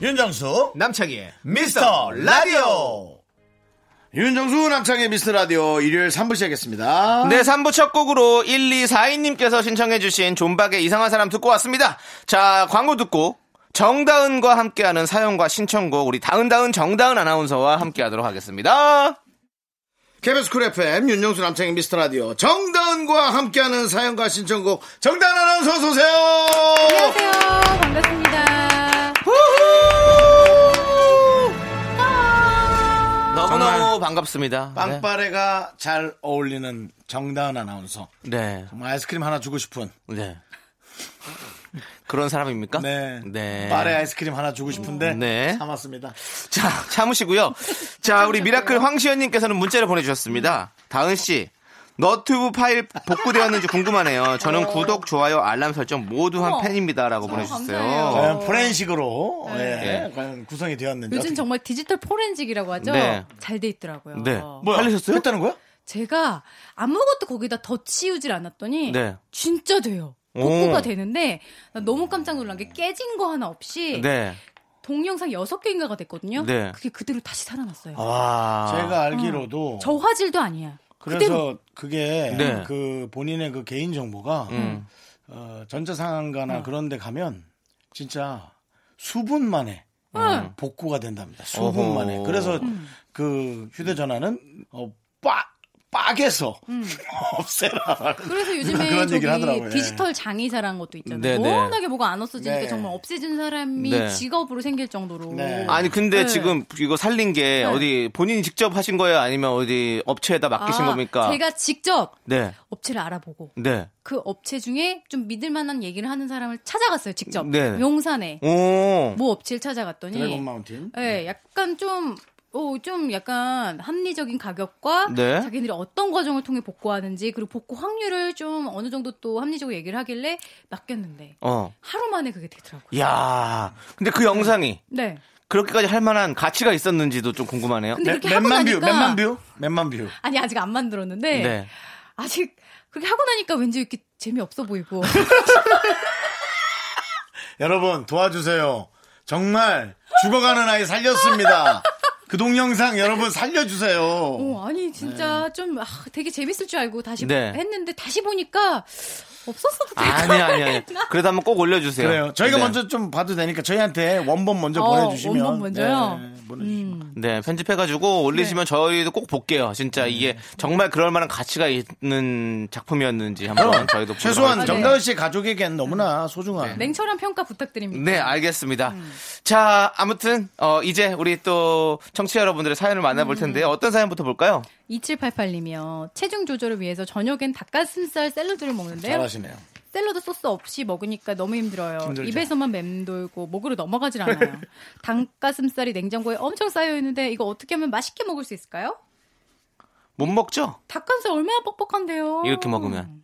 Speaker 1: 윤정수
Speaker 2: 남창희의
Speaker 1: 미스터 라디오 윤정수 남창의 미스터 라디오 일요일 3부 시작했습니다.
Speaker 2: 네, 3부 첫 곡으로 1242님께서 신청해주신 존박의 이상한 사람 듣고 왔습니다. 자, 광고 듣고 정다은과 함께하는 사연과 신청곡 우리 다은다은 정다은 아나운서와 함께하도록 하겠습니다.
Speaker 1: KBS 쿨 FM 윤정수 남창의 미스터 라디오 정다은과 함께하는 사연과 신청곡 정다은 아나운서 어서 오세요.
Speaker 5: 안녕하세요. 반갑습니다.
Speaker 2: 너무너무 반갑습니다.
Speaker 1: 빵빠레가 잘 어울리는 정다은 아나운서.
Speaker 2: 네.
Speaker 1: 정말 아이스크림 하나 주고 싶은.
Speaker 2: 네. 네. 그런 사람입니까?
Speaker 1: 네.
Speaker 2: 네.
Speaker 1: 빠레 아이스크림 하나 주고 싶은데
Speaker 2: 네.
Speaker 1: 참았습니다.
Speaker 2: 자, 참으시고요. 자, 우리 미라클 황시연님께서는 문자를 보내주셨습니다. 다은씨, 너튜브 파일 복구되었는지 궁금하네요. 저는 구독, 좋아요, 알람 설정 모두 한
Speaker 5: 어. 어머,
Speaker 2: 팬입니다. 라고 보내주셨어요.
Speaker 5: 감사해요.
Speaker 1: 과연 포렌식으로 예,
Speaker 2: 네.
Speaker 1: 과연 구성이 되었는지.
Speaker 5: 요즘 정말 디지털 포렌식이라고 하죠?
Speaker 2: 네.
Speaker 5: 잘 돼 있더라고요.
Speaker 2: 네.
Speaker 1: 뭐야?
Speaker 2: 팔리셨어요?
Speaker 1: 했다는 거야?
Speaker 5: 제가 아무것도 거기다 덧치우질 않았더니
Speaker 2: 네.
Speaker 5: 진짜 돼요.
Speaker 2: 오.
Speaker 5: 복구가 되는데 나 너무 깜짝 놀란 게 깨진 거 하나 없이
Speaker 2: 네.
Speaker 5: 동영상 6개인가가 됐거든요.
Speaker 2: 네.
Speaker 5: 그게 그대로 다시 살아났어요. 음.
Speaker 2: 와.
Speaker 1: 제가 알기로도
Speaker 5: 저화질도 아니야. 그대로
Speaker 1: 그래서 그게
Speaker 2: 네.
Speaker 1: 그 본인의 그 개인 정보가
Speaker 2: 음.
Speaker 1: 어, 전자상가나 그런 데 가면 진짜 수분 만에
Speaker 5: 응.
Speaker 1: 복구가 된답니다. 수분
Speaker 2: 어허.
Speaker 1: 만에. 그래서
Speaker 5: 음.
Speaker 1: 그 휴대전화는 어, 빠, 빡에서
Speaker 5: 음.
Speaker 1: 없애라.
Speaker 5: 그래서 요즘에
Speaker 1: 그런
Speaker 5: 저기
Speaker 1: 얘기를 하더라고요. 예.
Speaker 5: 디지털 장의사라는 것도
Speaker 2: 네,
Speaker 5: 있잖아요.
Speaker 2: 네.
Speaker 5: 워낙에 뭐가 안 없어지니까
Speaker 1: 네.
Speaker 5: 정말 없애진 사람이
Speaker 2: 네.
Speaker 5: 직업으로 생길 정도로
Speaker 1: 네.
Speaker 2: 아니, 근데
Speaker 5: 네.
Speaker 2: 지금 이거 살린 게 어디 본인이 직접 하신 거예요? 아니면 어디 업체에다 맡기신
Speaker 5: 아,
Speaker 2: 겁니까?
Speaker 5: 제가 직접
Speaker 2: 네.
Speaker 5: 업체를 알아보고
Speaker 2: 네.
Speaker 5: 그 업체 중에 좀 믿을 만한 얘기를 하는 사람을 찾아갔어요. 직접
Speaker 2: 네.
Speaker 5: 용산에
Speaker 2: 오.
Speaker 5: 뭐 업체를 찾아갔더니
Speaker 1: 드래곤 마운틴.
Speaker 2: 네.
Speaker 5: 예, 약간 좀, 오, 좀 약간 합리적인 가격과
Speaker 2: 네.
Speaker 5: 자기들이 어떤 과정을 통해 복구하는지 그리고 복구 확률을 좀 어느 정도 또 합리적으로 얘기를 하길래 맡겼는데
Speaker 2: 어.
Speaker 5: 하루 만에 그게
Speaker 2: 예.
Speaker 5: 되더라고요.
Speaker 2: 야 근데 그 영상이
Speaker 5: 네.
Speaker 2: 그렇게까지 할 만한 가치가 있었는지도 좀 궁금하네요.
Speaker 5: 근데
Speaker 1: 몇-
Speaker 5: 그렇게 하고
Speaker 1: 몇만
Speaker 5: 나니까
Speaker 1: 뷰, 몇만 뷰, 몇만 뷰.
Speaker 5: 아니 아직 안 만들었는데
Speaker 2: 네.
Speaker 5: 아직 그렇게 하고 나니까 왠지 이렇게 재미없어 보이고
Speaker 1: 여러분 도와주세요. 정말 죽어가는 아이 살렸습니다. 그 동영상 여러분 살려주세요.
Speaker 5: 어, 아니 진짜 좀 아, 되게 재밌을 줄 알고 다시
Speaker 2: 네.
Speaker 5: 했는데 다시 보니까 없었어도 될까?
Speaker 2: 아니 아니 아니. 그래도 한번 꼭 올려주세요.
Speaker 1: 그래요. 저희가
Speaker 2: 네.
Speaker 1: 먼저 좀 봐도 되니까 저희한테 원본 먼저
Speaker 5: 어,
Speaker 1: 보내주시면. 네,
Speaker 5: 원본 먼저요? 음.
Speaker 1: 보내주시면.
Speaker 2: 네 편집해가지고
Speaker 5: 네.
Speaker 2: 올리시면 저희도 꼭 볼게요. 진짜 이게 정말 그럴 만한 가치가 있는 작품이었는지 한번 저희도
Speaker 1: 최소한
Speaker 2: 보도록
Speaker 5: 정-
Speaker 2: 하겠습니다.
Speaker 1: 정다은 씨 가족에겐
Speaker 5: 음.
Speaker 1: 너무나 소중한.
Speaker 5: 냉철한 평가 부탁드립니다.
Speaker 2: 네 알겠습니다.
Speaker 5: 음.
Speaker 2: 자 아무튼 어, 이제 우리 또 청취자 여러분들의 사연을
Speaker 5: 음.
Speaker 2: 만나볼 텐데요. 어떤 사연부터 볼까요?
Speaker 5: 2788님이요. 체중 조절을 위해서 저녁엔 닭가슴살 샐러드를 먹는데요.
Speaker 1: 잘하시네요.
Speaker 5: 샐러드 소스 없이 먹으니까 너무 힘들어요.
Speaker 1: 힘들죠.
Speaker 5: 입에서만 맴돌고 목으로 넘어가질 않아요. 닭가슴살이 냉장고에 엄청 쌓여 있는데 이거 어떻게 하면 맛있게 먹을 수 있을까요?
Speaker 2: 못 먹죠?
Speaker 5: 닭가슴살 얼마나 뻑뻑한데요.
Speaker 2: 이렇게 먹으면.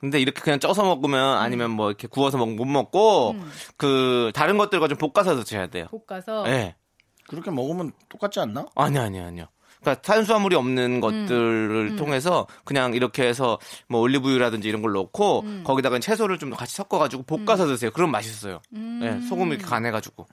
Speaker 2: 근데 이렇게 그냥 쪄서 먹으면 아니면 뭐 이렇게 구워서 먹, 못 먹고 그 다른 것들과 좀 볶아서 드셔야 돼요.
Speaker 5: 음. 볶아서
Speaker 2: 예. 네.
Speaker 1: 그렇게 먹으면 똑같지 않나?
Speaker 2: 아니요, 아니요, 아니요. 그러니까 탄수화물이 없는 것들을
Speaker 5: 음.
Speaker 2: 통해서 그냥 이렇게 해서 뭐 올리브유라든지 이런 걸 넣고
Speaker 5: 음.
Speaker 2: 거기다가 채소를 좀 같이 섞어가지고 볶아서 드세요. 그럼 맛있어요.
Speaker 5: 음.
Speaker 2: 예, 소금 이렇게 간해가지고.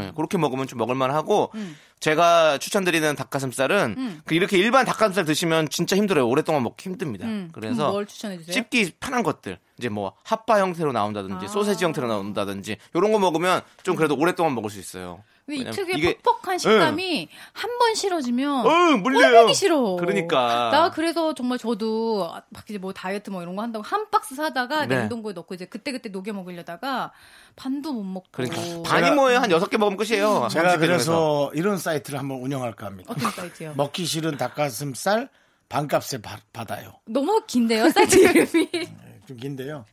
Speaker 2: 예, 그렇게 먹으면 좀 먹을만하고
Speaker 5: 음.
Speaker 2: 제가 추천드리는 닭가슴살은 그 이렇게 일반 닭가슴살 드시면 진짜 힘들어요. 오랫동안 먹기 힘듭니다.
Speaker 5: 음,
Speaker 2: 그래서
Speaker 5: 그럼 뭘 추천해 주세요? 아.
Speaker 2: 씹기 편한 것들 이제 뭐 핫바 형태로 나온다든지 소세지 형태로 나온다든지 이런 거 먹으면 좀 그래도 오랫동안 먹을 수 있어요.
Speaker 5: 근데 이
Speaker 2: 왜냐면
Speaker 5: 특유의
Speaker 2: 이게-
Speaker 5: 퍽퍽한 식감이 한 번 싫어지면
Speaker 2: 어, 물려요.
Speaker 5: 꼴보기 싫어.
Speaker 2: 그러니까.
Speaker 5: 나 그래서 정말 저도 막 이제 뭐 다이어트 뭐 이런 거 한다고 한 박스 사다가
Speaker 2: 네.
Speaker 5: 냉동고에 넣고 이제 그때그때 녹여 먹으려다가 반도 못 먹고.
Speaker 2: 그러니까 반이 뭐예요? 한 여섯 개 먹으면 끝이에요. 한
Speaker 1: 음, 제가
Speaker 2: 집에 들어가서.
Speaker 1: 그래서 이런 사이트를 한번 운영할까 합니다.
Speaker 5: 어떤 사이트요?
Speaker 2: 뭐-
Speaker 1: 먹기 싫은 닭가슴살 반값에 받- 받아요. 네,
Speaker 5: 너무 긴데요, 사이트 이름이.
Speaker 1: 좀 긴데요.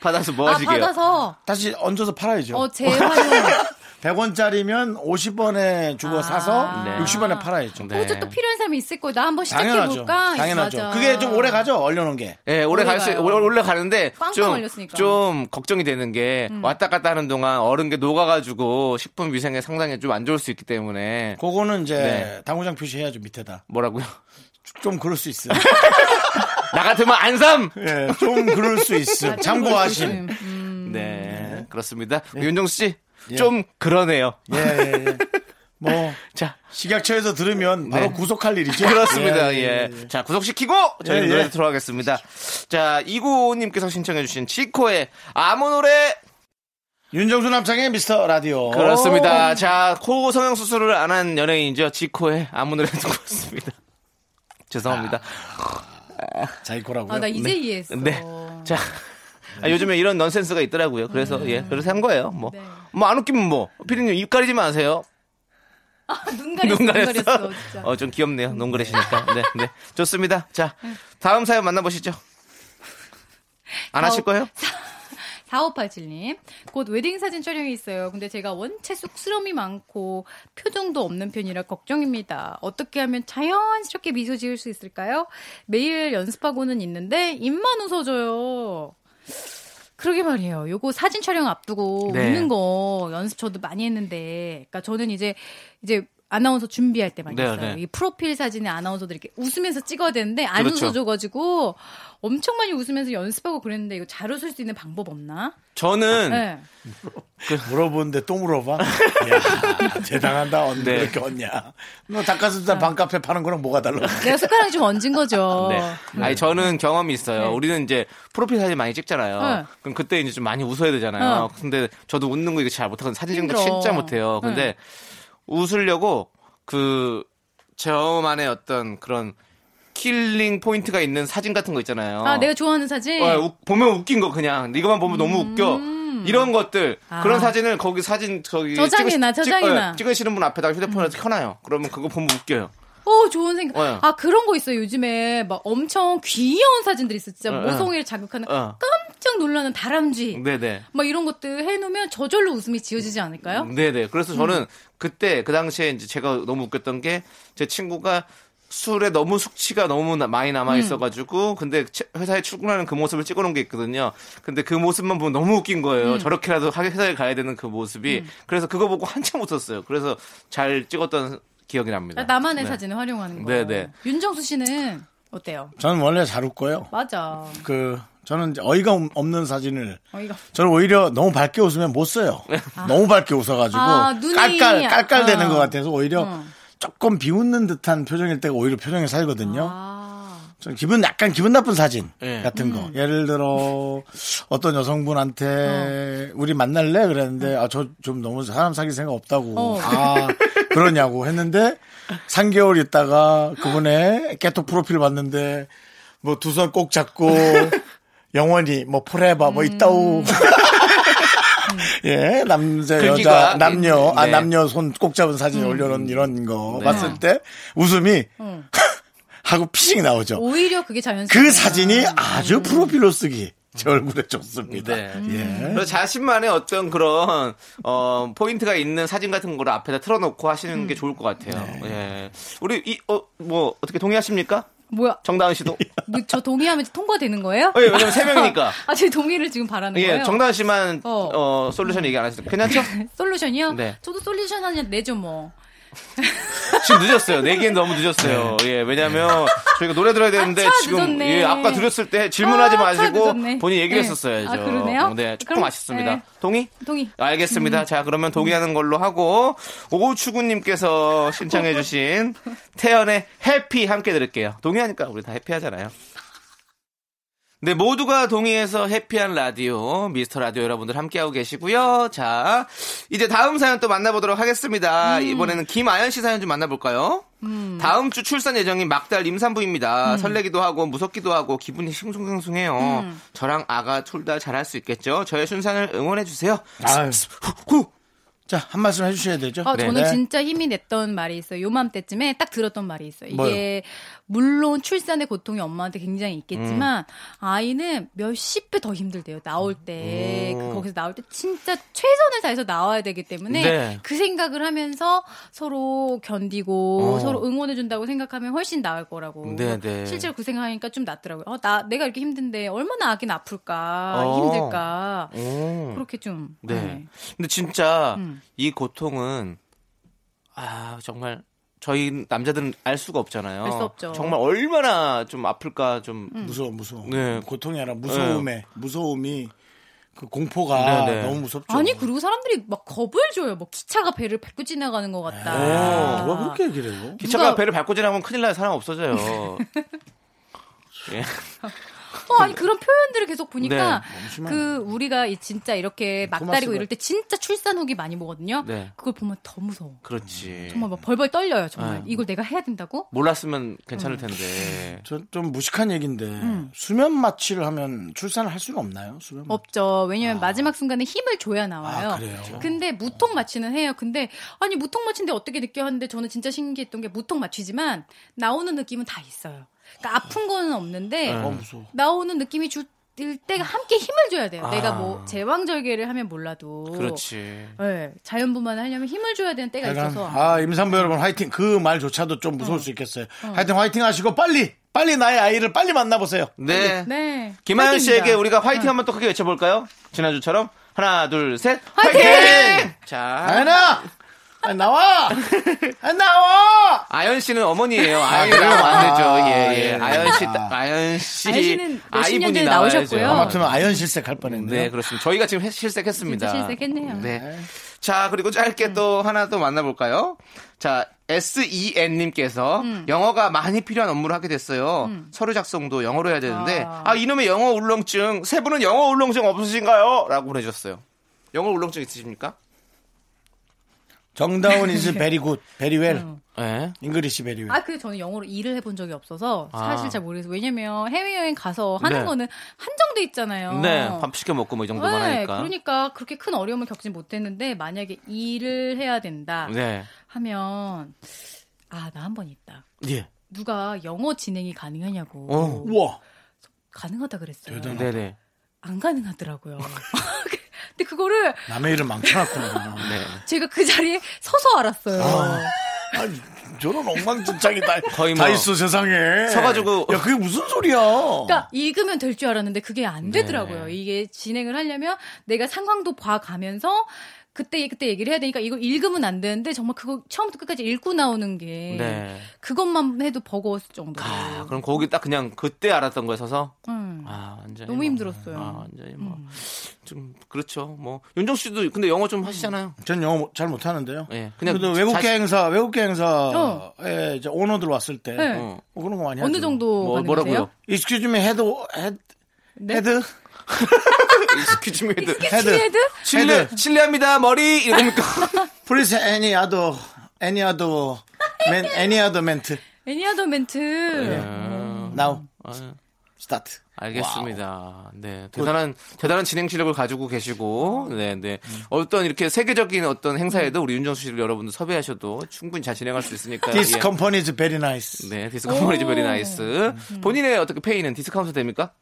Speaker 2: 받아서 뭐
Speaker 5: 아,
Speaker 2: 하시게요? 뭐
Speaker 5: 받아서.
Speaker 1: 다시 얹어서 팔아야죠.
Speaker 5: 어, 재활용.
Speaker 1: 100원짜리면 50원에
Speaker 5: 아.
Speaker 1: 주고 사서
Speaker 2: 네.
Speaker 1: 60원에 팔아야죠.
Speaker 2: 네.
Speaker 5: 그것도 또 필요한 사람이 있을 거야. 나 한번
Speaker 1: 당연하죠.
Speaker 5: 시작해볼까?
Speaker 1: 당연하죠.
Speaker 5: 맞아.
Speaker 1: 그게 좀 오래 가죠. 얼려놓은 게.
Speaker 2: 예, 오래 갈 수,
Speaker 5: 가요.
Speaker 2: 오래 가는데,
Speaker 5: 꽝꽝
Speaker 2: 좀,
Speaker 5: 얼렸으니까. 음.
Speaker 2: 좀, 걱정이 되는 게, 왔다 갔다 하는 동안 얼은 게 녹아가지고, 식품 위생에 상당히 좀 안 좋을 수 있기 때문에,
Speaker 1: 그거는 이제
Speaker 2: 네.
Speaker 1: 당구장 표시해야죠 밑에다.
Speaker 2: 뭐라고요?
Speaker 1: 좀 그럴 수 있어요.
Speaker 2: 나 같으면 안 삼!
Speaker 1: 예, 좀 그럴 수 있음. 아, 참고하신.
Speaker 5: 음, 음.
Speaker 2: 네, 그렇습니다. 우리 윤정수 씨, 좀 그러네요.
Speaker 1: 예, 예, 예. 뭐
Speaker 2: 자,
Speaker 1: 식약처에서 들으면 바로
Speaker 2: 네.
Speaker 1: 구속할 일이죠.
Speaker 2: 그렇습니다. 예,
Speaker 1: 예.
Speaker 2: 자, 구속시키고 저희
Speaker 1: 예,
Speaker 2: 노래
Speaker 1: 예.
Speaker 2: 들어가겠습니다. 자, 이구님께서 신청해주신 지코의 아무 노래
Speaker 1: 윤정수 남창의 미스터 라디오.
Speaker 2: 그렇습니다. 자, 코 성형 수술을 안 한 연예인이죠. 지코의 아무 노래 듣고 왔습니다. 죄송합니다.
Speaker 1: 자이코라고요.
Speaker 5: 아, 나 이제 이해했어.
Speaker 2: 네. 자, 아, 요즘에 이런 넌센스가 있더라고요. 그래서 예, 그래서 한 거예요. 뭐,
Speaker 5: 네.
Speaker 2: 뭐 안 웃기면 뭐, 피디님 입 가리지 마세요.
Speaker 5: 아, 눈 가렸어, 눈 가렸어, 진짜.
Speaker 2: 어, 좀 귀엽네요. 눈 가리시니까. 네, 네, 좋습니다. 자, 다음 사연 만나보시죠. 안 하실 거예요?
Speaker 5: 4587님, 곧 웨딩 사진 촬영이 있어요. 근데 제가 원체 쑥스러움이 많고 표정도 없는 편이라 걱정입니다. 어떻게 하면 자연스럽게 미소 지을 수 있을까요? 매일 연습하고는 있는데 입만 웃어줘요. 그러게 말이에요. 요거 사진 촬영 앞두고
Speaker 2: 네.
Speaker 5: 웃는 거 연습 저도 많이 했는데, 그러니까 저는 이제 이제 아나운서 준비할 때 많이
Speaker 2: 네,
Speaker 5: 했어요.
Speaker 2: 네.
Speaker 5: 이 프로필 사진에 아나운서들 이렇게 웃으면서 찍어야 되는데 안
Speaker 2: 그렇죠.
Speaker 5: 웃어줘가지고 엄청 많이 웃으면서 연습하고 그랬는데 이거 잘 웃을 수 있는 방법 없나?
Speaker 2: 저는
Speaker 5: 네.
Speaker 1: 그 물어보는데 또 물어봐. 야, 대단하다. 언니
Speaker 2: 네.
Speaker 1: 그렇게 언냐. 너
Speaker 5: 아.
Speaker 1: 닭가슴살 반값에 파는 거랑 뭐가 달라?
Speaker 5: 내가 숟가락이 좀 얹은 거죠.
Speaker 2: 네. 아니 저는 경험이 있어요.
Speaker 5: 어. 네.
Speaker 2: 우리는 이제 프로필 사진 많이 찍잖아요.
Speaker 5: 네.
Speaker 2: 그럼 그때 이제 좀 많이 웃어야 되잖아요.
Speaker 5: 어.
Speaker 2: 근데 저도 웃는 거 이거 잘 못하거든요. 사진 찍는 거
Speaker 5: 힘들어. 네.
Speaker 2: 진짜 못해요. 근데 웃으려고 그 저만의 어떤 그런 킬링 포인트가 있는 사진 같은 거 있잖아요.
Speaker 5: 아, 내가 좋아하는 사진. 음.
Speaker 2: 어, 웃- 보면 웃긴 거 그냥 근데 이것만 보면 너무 웃겨 이런 것들
Speaker 5: 아.
Speaker 2: 그런 사진을 거기 사진 저기 찍으시- 어,
Speaker 5: 저장해놔, 저장해놔. 음.
Speaker 2: 찍, 으시는분 앞에다가 휴대폰을 켜놔요 그러면 그거 보면 웃겨요
Speaker 5: 어, 좋은 생각.
Speaker 2: 어.
Speaker 5: 아, 그런 거 있어요. 요즘에 막 엄청 귀여운 사진들 있어. 진짜
Speaker 2: 어, 어.
Speaker 5: 모성애를 자극하는
Speaker 2: 어.
Speaker 5: 깜짝 놀라는 다람쥐.
Speaker 2: 네네
Speaker 5: 막 이런 것들 해놓으면 저절로 웃음이 지어지지 않을까요? 음.
Speaker 2: 네네. 그래서 저는 그때 그 당시에 이제 제가 너무 웃겼던 게 제 친구가 술에 너무 숙취가 너무 나- 많이
Speaker 5: 음.
Speaker 2: 남아 있어가지고 근데 채- 회사에 출근하는 그 모습을 찍어놓은 게 있거든요. 근데 그 모습만 보면 너무 웃긴 거예요.
Speaker 5: 음.
Speaker 2: 저렇게라도 하- 회사에 가야 되는 그 모습이 그래서 그거 보고 한참 웃었어요. 그래서 잘 찍었던 기억이 납니다.
Speaker 5: 아, 나만의
Speaker 2: 네.
Speaker 5: 사진을 활용하는 거예요.
Speaker 2: 네, 네.
Speaker 5: 윤정수 씨는 어때요?
Speaker 1: 저는 원래 잘 웃고요.
Speaker 5: 맞아.
Speaker 1: 그 저는 이제 어이가 없- 없는 사진을
Speaker 5: 어이가
Speaker 1: 저는 오히려 너무 밝게 웃으면 못 써요. 너무 밝게 웃어가지고
Speaker 5: 아, 눈이-
Speaker 1: 깔깔 깔깔대는
Speaker 5: 어.
Speaker 1: 것 같아서 오히려
Speaker 5: 어.
Speaker 1: 조금 비웃는 듯한 표정일 때가 오히려 표정에 살거든요.
Speaker 5: 아,
Speaker 1: 저는 기분 약간 기분 나쁜 사진
Speaker 2: 예.
Speaker 1: 같은 거. 예를 들어 어떤 여성분한테 우리 만날래 그랬는데 아 저 좀 너무 사람 사귈 생각 없다고
Speaker 5: 어.
Speaker 1: 아 그러냐고 했는데 3개월 있다가 그분의 깨톡 프로필 봤는데 뭐 두 손 꼭 잡고 영원히 뭐 포레바 뭐 있다우. 예, 남자,
Speaker 2: 글귀가
Speaker 1: 여자, 남녀, 아,
Speaker 2: 그 네.
Speaker 1: 남녀 손 꼭 잡은 사진 올려놓은 이런 거
Speaker 2: 네.
Speaker 1: 봤을 때 웃음이
Speaker 5: 응.
Speaker 1: 하고 피싱이 나오죠.
Speaker 5: 오히려 그게 자연스러워.
Speaker 1: 그 사진이 아주 프로필로 쓰기 제 얼굴에 좋습니다.
Speaker 2: 네.
Speaker 1: 예.
Speaker 2: 그래서 자신만의 어떤 그런 어, 포인트가 있는 사진 같은 거를 앞에다 틀어놓고 하시는
Speaker 5: 음.
Speaker 2: 게 좋을 것 같아요. 예. 우리 이어뭐 어떻게 동의하십니까?
Speaker 5: 뭐야?
Speaker 2: 정다은 씨도
Speaker 5: 뭐, 저 동의하면 통과되는 거예요?
Speaker 2: 예, 왜냐면 세 명이니까.
Speaker 5: 아, 제 동의를 지금 바라는
Speaker 2: 예,
Speaker 5: 거예요?
Speaker 2: 정다은 씨만
Speaker 5: 어.
Speaker 2: 어, 솔루션 얘기 안 하셨어요. 괜찮죠?
Speaker 5: 솔루션이요?
Speaker 2: 네.
Speaker 5: 저도 솔루션 하나 내죠 뭐.
Speaker 2: 지금 늦었어요. 내기엔 너무 늦었어요. 예, 왜냐면 저희가 노래 들어야 되는데
Speaker 5: 아, 차
Speaker 2: 지금
Speaker 5: 늦었네.
Speaker 2: 예, 아까 드렸을 때 질문하지
Speaker 5: 아, 차
Speaker 2: 마시고
Speaker 5: 늦었네.
Speaker 2: 본인 얘기를
Speaker 5: 네.
Speaker 2: 했었어야죠.
Speaker 5: 아, 그러네요?
Speaker 2: 네, 조금
Speaker 5: 그럼, 음.
Speaker 2: 아쉽습니다.
Speaker 5: 네.
Speaker 2: 동의?
Speaker 5: 동의.
Speaker 2: 알겠습니다. 자, 그러면 동의하는 걸로 하고 오구추구님께서 신청해주신 태연의 해피 함께 들을게요. 동의하니까 우리 다 해피하잖아요. 네, 모두가 동의해서 해피한 라디오, 미스터 라디오 여러분들 함께하고 계시고요. 자, 이제 다음 사연 또 만나보도록 하겠습니다. 이번에는 김아연 씨 사연 좀 만나볼까요? 다음 주 출산 예정인 막달 임산부입니다. 설레기도 하고 무섭기도 하고 기분이 싱숭생숭해요. 저랑 아가 둘 다 잘할 수 있겠죠? 저의 순산을 응원해주세요.
Speaker 1: 아유.
Speaker 2: 후!
Speaker 1: 자, 한 말씀 해주셔야 되죠.
Speaker 5: 아,
Speaker 2: 네,
Speaker 5: 저는
Speaker 1: 네.
Speaker 5: 진짜 힘이 냈던 말이 있어요. 요맘때쯤에 딱 들었던 말이 있어요. 이게
Speaker 1: 뭐요?
Speaker 5: 물론 출산의 고통이 엄마한테 굉장히 있겠지만
Speaker 2: 음.
Speaker 5: 아이는 몇십 배 더 힘들대요. 나올
Speaker 2: 음.
Speaker 5: 때. 그 거기서 나올 때 진짜 최선을 다해서 나와야 되기 때문에
Speaker 2: 네.
Speaker 5: 그 생각을 하면서 서로 견디고
Speaker 2: 어.
Speaker 5: 서로 응원해 준다고 생각하면 훨씬 나을 거라고.
Speaker 2: 네, 네.
Speaker 5: 실제로 그 생각하니까 좀 낫더라고요. 어, 나 내가 이렇게 힘든데 얼마나 아긴 아플까?
Speaker 2: 어.
Speaker 5: 힘들까?
Speaker 2: 오.
Speaker 5: 그렇게 좀
Speaker 2: 네.
Speaker 5: 네.
Speaker 2: 근데 진짜
Speaker 5: 음.
Speaker 2: 이 고통은 아 정말 저희 남자들은 알 수가 없잖아요.
Speaker 5: 알수 없죠. 음.
Speaker 2: 정말 얼마나 좀 아플까 좀
Speaker 1: 무서워, 무서워.
Speaker 2: 네.
Speaker 1: 고통이 아니라 무서움에, 무서움이 그 공포가
Speaker 2: 네, 네.
Speaker 1: 너무 무섭죠.
Speaker 5: 아니 그리고 사람들이 막 겁을 줘요. 뭐 기차가 배를 밟고 지나가는 것 같다.
Speaker 1: 아, 누가 그렇게 얘기를 해요?
Speaker 2: 기차가
Speaker 5: 누가-
Speaker 2: 배를 밟고 지나면 큰일 나요. 사람 없어져요. 예.
Speaker 5: 어, 아니 그런 표현들을 계속 보니까
Speaker 2: 네,
Speaker 1: 심하네. 네,
Speaker 5: 그 우리가 이 진짜 이렇게 막다리고
Speaker 1: 토마스가-
Speaker 5: 이럴 때 진짜 출산 후기 많이 보거든요.
Speaker 2: 네.
Speaker 5: 그걸 보면 더 무서워.
Speaker 2: 그렇지.
Speaker 5: 정말 막 벌벌 떨려요. 정말
Speaker 2: 아.
Speaker 1: 네.
Speaker 5: 이걸 내가 해야 된다고?
Speaker 2: 몰랐으면 괜찮을
Speaker 5: 음.
Speaker 2: 텐데.
Speaker 1: 저 좀 무식한 얘기인데 수면 마취를 하면 출산을 할 수가 없나요? 수면 마취.
Speaker 5: 음. 없죠.
Speaker 2: 아.
Speaker 5: 왜냐면 마지막 순간에 힘을 줘야 나와요.
Speaker 1: 아, 그래요?
Speaker 5: 근데 무통 마취는 해요. 근데 아니 무통 마취인데 어떻게 느껴 하는데 저는 진짜 신기했던 게 무통 마취지만 나오는 느낌은 다 있어요. 그러니까 아픈 거는 없는데
Speaker 1: 어, 무서워.
Speaker 5: 나오는 느낌이 줄 때가 함께 힘을 줘야 돼요. 내가 뭐 제왕절개를 하면 몰라도
Speaker 2: 아. 그렇지.
Speaker 5: 예, 자연분만을 하려면 힘을 줘야 되는 때가
Speaker 1: 약간,
Speaker 5: 있어서
Speaker 1: 아 임산부 여러분 화이팅 그 말조차도 좀 무서울 수 있겠어요 하여튼 화이팅 하시고 빨리 빨리 나의 아이를 빨리 만나보세요
Speaker 2: 네.
Speaker 5: 네
Speaker 2: 김하연
Speaker 5: 화이팅입니다. 네.
Speaker 2: 씨에게 우리가 화이팅 한번 또 크게 외쳐볼까요? 지난주처럼 하나, 둘, 셋, 화이팅!
Speaker 1: 화이팅!
Speaker 2: 자,
Speaker 1: 아연아 아, 나와 아, 나와
Speaker 2: 아연 씨는 어머니예요. 아연이
Speaker 1: 그래요?
Speaker 2: 나오면 안 되죠.
Speaker 1: 아,
Speaker 2: 예, 예.
Speaker 1: 예.
Speaker 2: 아연 씨,
Speaker 1: 아.
Speaker 2: 아연 씨.
Speaker 5: 아연 씨는 몇십 년
Speaker 2: 아이분이
Speaker 5: 전에
Speaker 2: 나와야죠.
Speaker 5: 나오셨고요.
Speaker 1: 아마트면 아연 실색 할 뻔했네요
Speaker 2: 어. 네, 그렇습니다. 저희가 지금 해- 실색했습니다.
Speaker 5: 진짜 실색했네요. 음.
Speaker 2: 네. 자, 그리고 짧게 또 하나 또 만나볼까요? 자, SEN님께서
Speaker 5: 음.
Speaker 2: 영어가 많이 필요한 업무를 하게 됐어요. 서류 작성도 영어로 해야 되는데, 아.
Speaker 5: 아.
Speaker 2: 이놈의 영어 울렁증, 세 분은 영어 울렁증 없으신가요? 라고 보내주셨어요. 영어 울렁증 있으십니까?
Speaker 1: 정다운 이즈 베리 굿 베리 웰
Speaker 2: 네.
Speaker 1: 잉그리시 베리 웰
Speaker 5: 아, 그 저는 영어로 일을 해본 적이 없어서 사실
Speaker 2: 아.
Speaker 5: 잘 모르겠어요. 왜냐면 해외여행 가서 하는
Speaker 2: 네.
Speaker 5: 거는 한정돼 있잖아요.
Speaker 2: 네, 밥 시켜 먹고 뭐 이 정도만
Speaker 5: 네,
Speaker 2: 하니까.
Speaker 5: 어. 그러니까 그렇게 큰 어려움을 겪진 못했는데 만약에 일을 해야 된다
Speaker 2: 네.
Speaker 5: 하면 아 나 한 번 있다.
Speaker 2: 예.
Speaker 5: 누가 영어 진행이 가능하냐고
Speaker 2: 어.
Speaker 1: 우와
Speaker 5: 가능하다 그랬어요.
Speaker 2: 네네.
Speaker 5: 안 가능하더라고요. 근데 그거를
Speaker 1: 남의 일을 망쳐놨구나
Speaker 2: 네.
Speaker 5: 제가 그 자리에 서서 알았어요.
Speaker 1: 아니, 저런 엉망진창이 다,
Speaker 2: 거의
Speaker 1: 다
Speaker 2: 뭐
Speaker 1: 있어 세상에
Speaker 2: 서가지고.
Speaker 1: 야 그게 무슨 소리야
Speaker 2: 어.
Speaker 5: 그러니까 읽으면 될
Speaker 2: 네.
Speaker 5: 줄 알았는데 그게 안 되더라고요. 이게 진행을 하려면 내가 상황도 봐가면서 그때 그때 얘기를 해야 되니까 이거 읽으면 안 되는데 정말 그거 처음부터 끝까지 읽고 나오는 게
Speaker 2: 네.
Speaker 5: 그것만 해도 버거웠을 정도로.
Speaker 2: 아, 그럼 거기 딱 그냥 그때 알았던 거에 서서
Speaker 5: 음.
Speaker 2: 아, 완전
Speaker 5: 너무 힘들었어요. 음.
Speaker 2: 아, 완전히 뭐 좀 그렇죠. 뭐 윤정 씨도 근데 영어 좀 하시잖아요.
Speaker 1: 전 영어 못- 잘 못하는데요.
Speaker 2: 예. 그냥
Speaker 1: 그래도 외국계
Speaker 2: 자신-
Speaker 1: 행사, 외국계 행사에 예,
Speaker 5: 어.
Speaker 1: 이제 오너들 왔을 때
Speaker 5: 네.
Speaker 2: 어.
Speaker 1: 뭐 그런 거 많이
Speaker 5: 어느
Speaker 1: 하죠.
Speaker 5: 정도
Speaker 2: 뭐,
Speaker 5: 가능하세요?
Speaker 2: 뭐라고요?
Speaker 1: Excuse me, head, head,
Speaker 5: 네?
Speaker 1: head,
Speaker 2: 스키즈 메이드.
Speaker 5: 스케치 헤드?
Speaker 2: 실례
Speaker 1: 헤드.
Speaker 2: 실례합니다. 머리 이러니까
Speaker 1: please any other, any other, man, any other ment.
Speaker 5: 애니아더 멘트. 네.
Speaker 2: 네.
Speaker 1: Now, start.
Speaker 2: 아, 어. 알겠습니다. 네. 대단한, 대단한 진행 실력을 가지고 계시고, 네, 네.
Speaker 5: 음.
Speaker 2: 어떤 이렇게 세계적인 어떤 행사에도 우리 윤정수 씨를 여러분들 섭외하셔도 충분히 잘 진행할 수 있으니까.
Speaker 1: This
Speaker 2: 예.
Speaker 1: company is very nice.
Speaker 2: 네, 디스카운트
Speaker 5: 오. 음,
Speaker 2: 베리 나이스. 본인의 어떻게 페이는 디스카운트 됩니까?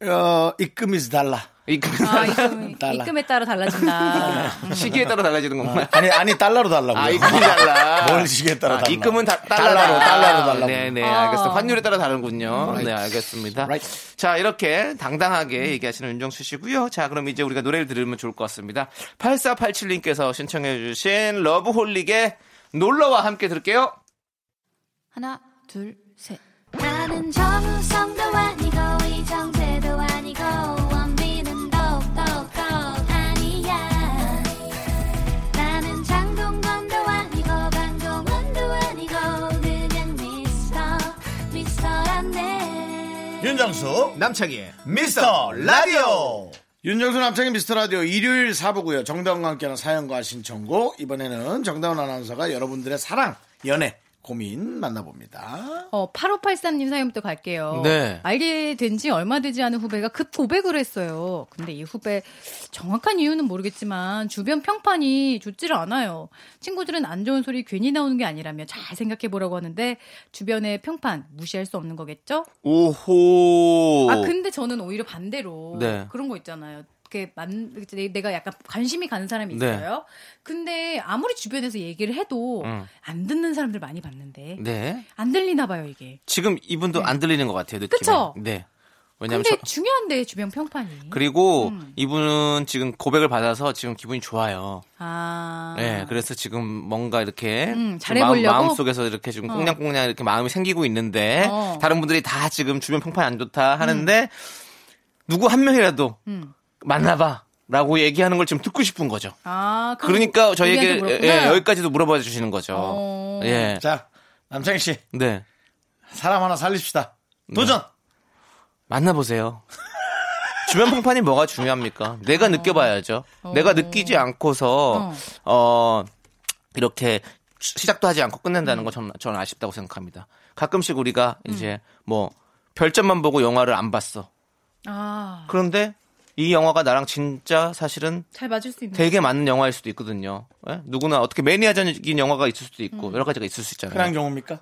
Speaker 1: 어, 입금이 달라.
Speaker 2: 이
Speaker 5: 아, 예. 입금,
Speaker 1: 달라.
Speaker 5: 입금에 따라 달라진다.
Speaker 2: 시기에 따라 달라지는 건가요?
Speaker 1: 아니, 아니, 달러로 달라고.
Speaker 2: 아, 입금이 달라.
Speaker 1: 뭘 시기에 따라
Speaker 2: 아,
Speaker 1: 달라.
Speaker 2: 입금은 다, 달라로,
Speaker 1: 달러로, 달러로 달라고.
Speaker 2: 네, 네,
Speaker 5: 아.
Speaker 2: 알겠습니다. 환율에 따라 다른군요. 네, 알겠습니다.
Speaker 1: Right.
Speaker 2: 자, 이렇게 당당하게 얘기하시는 윤정수 씨고요. 자, 그럼 이제 우리가 노래를 들으면 좋을 것 같습니다. 8487님께서 신청해주신 러브홀릭의 놀러와 함께 들을게요.
Speaker 5: 하나, 둘, 셋.
Speaker 3: 나는 정우성도 아니고 이정재도 아니고 원빈은 더욱더 아니야 나는 장동건도 아니고 강동원도 아니고 그냥 미스터 미스터란데
Speaker 1: 윤정수,
Speaker 2: 남창희의
Speaker 1: 미스터 라디오. 윤정수 남창의 미스터 라디오 일요일 사부고요. 정다운과 함께하는 사연과 신청곡. 이번에는 정다운 아나운서가 여러분들의 사랑, 연애, 고민 만나봅니다.
Speaker 5: 어, 8583님 사연부터 갈게요.
Speaker 2: 네.
Speaker 5: 알게 된 지 얼마 되지 않은 후배가 급 고백을 했어요. 근데 이 후배 정확한 이유는 모르겠지만 주변 평판이 좋지를 않아요. 친구들은 안 좋은 소리 괜히 나오는 게 아니라며 잘 생각해 보라고 하는데 주변의 평판 무시할 수 없는 거겠죠?
Speaker 2: 오호.
Speaker 5: 아 근데 저는 오히려 반대로
Speaker 2: 네.
Speaker 5: 그런 거 있잖아요. 이렇게 만 내- 내가 약간 관심이 가는 사람이
Speaker 2: 네.
Speaker 5: 있어요. 근데 아무리 주변에서 얘기를 해도
Speaker 2: 음.
Speaker 5: 안 듣는 사람들 많이 봤는데
Speaker 2: 네.
Speaker 5: 안 들리나 봐요 이게.
Speaker 2: 지금 이분도 안 들리는 것 같아요. 느낌이.
Speaker 5: 네. 그쵸?
Speaker 2: 네. 왜냐면
Speaker 5: 근데 음.
Speaker 2: 저-
Speaker 5: 중요한데 주변 평판이.
Speaker 2: 그리고 이분은 지금 고백을 받아서 지금 기분이 좋아요.
Speaker 5: 아.
Speaker 2: 네, 그래서 지금 뭔가 이렇게
Speaker 5: 음,
Speaker 2: 지금 마음,
Speaker 5: 잘해보려고?
Speaker 2: 마음속에서 이렇게 지금 꽁냥꽁냥 이렇게 마음이 생기고 있는데
Speaker 5: 어. 음.
Speaker 2: 다른 분들이 다 지금 주변 평판이 안 좋다 하는데 누구 한 명이라도 만나봐. 라고 얘기하는 걸 지금 듣고 싶은 거죠.
Speaker 5: 아, 그럼
Speaker 2: 그러니까
Speaker 5: 우리한테 네.
Speaker 2: 저희에게
Speaker 5: 물어보구나.
Speaker 2: 예, 여기까지도 물어봐 주시는 거죠.
Speaker 5: 어.
Speaker 2: 예.
Speaker 1: 자, 남창희 씨,
Speaker 2: 네.
Speaker 1: 사람 하나 살립시다. 도전!
Speaker 2: 만나보세요. 주변 평판이 뭐가 중요합니까? 내가 느껴봐야죠. 내가 느끼지 않고서, 어, 이렇게 시- 시작도 하지 않고 끝낸다는 건 저는, 저는 아쉽다고 생각합니다. 가끔씩 우리가 이제 뭐 별점만 보고 영화를 안 봤어.
Speaker 5: 아,
Speaker 2: 그런데 이 영화가 나랑 진짜 사실은
Speaker 5: 잘 맞을 수 있는.
Speaker 2: 되게 맞는 영화일 수도 있거든요. 예? 누구나 어떻게 매니아적인 영화가 있을 수도 있고 여러 가지가 있을 수 있잖아요.
Speaker 1: 흔한 경우입니까?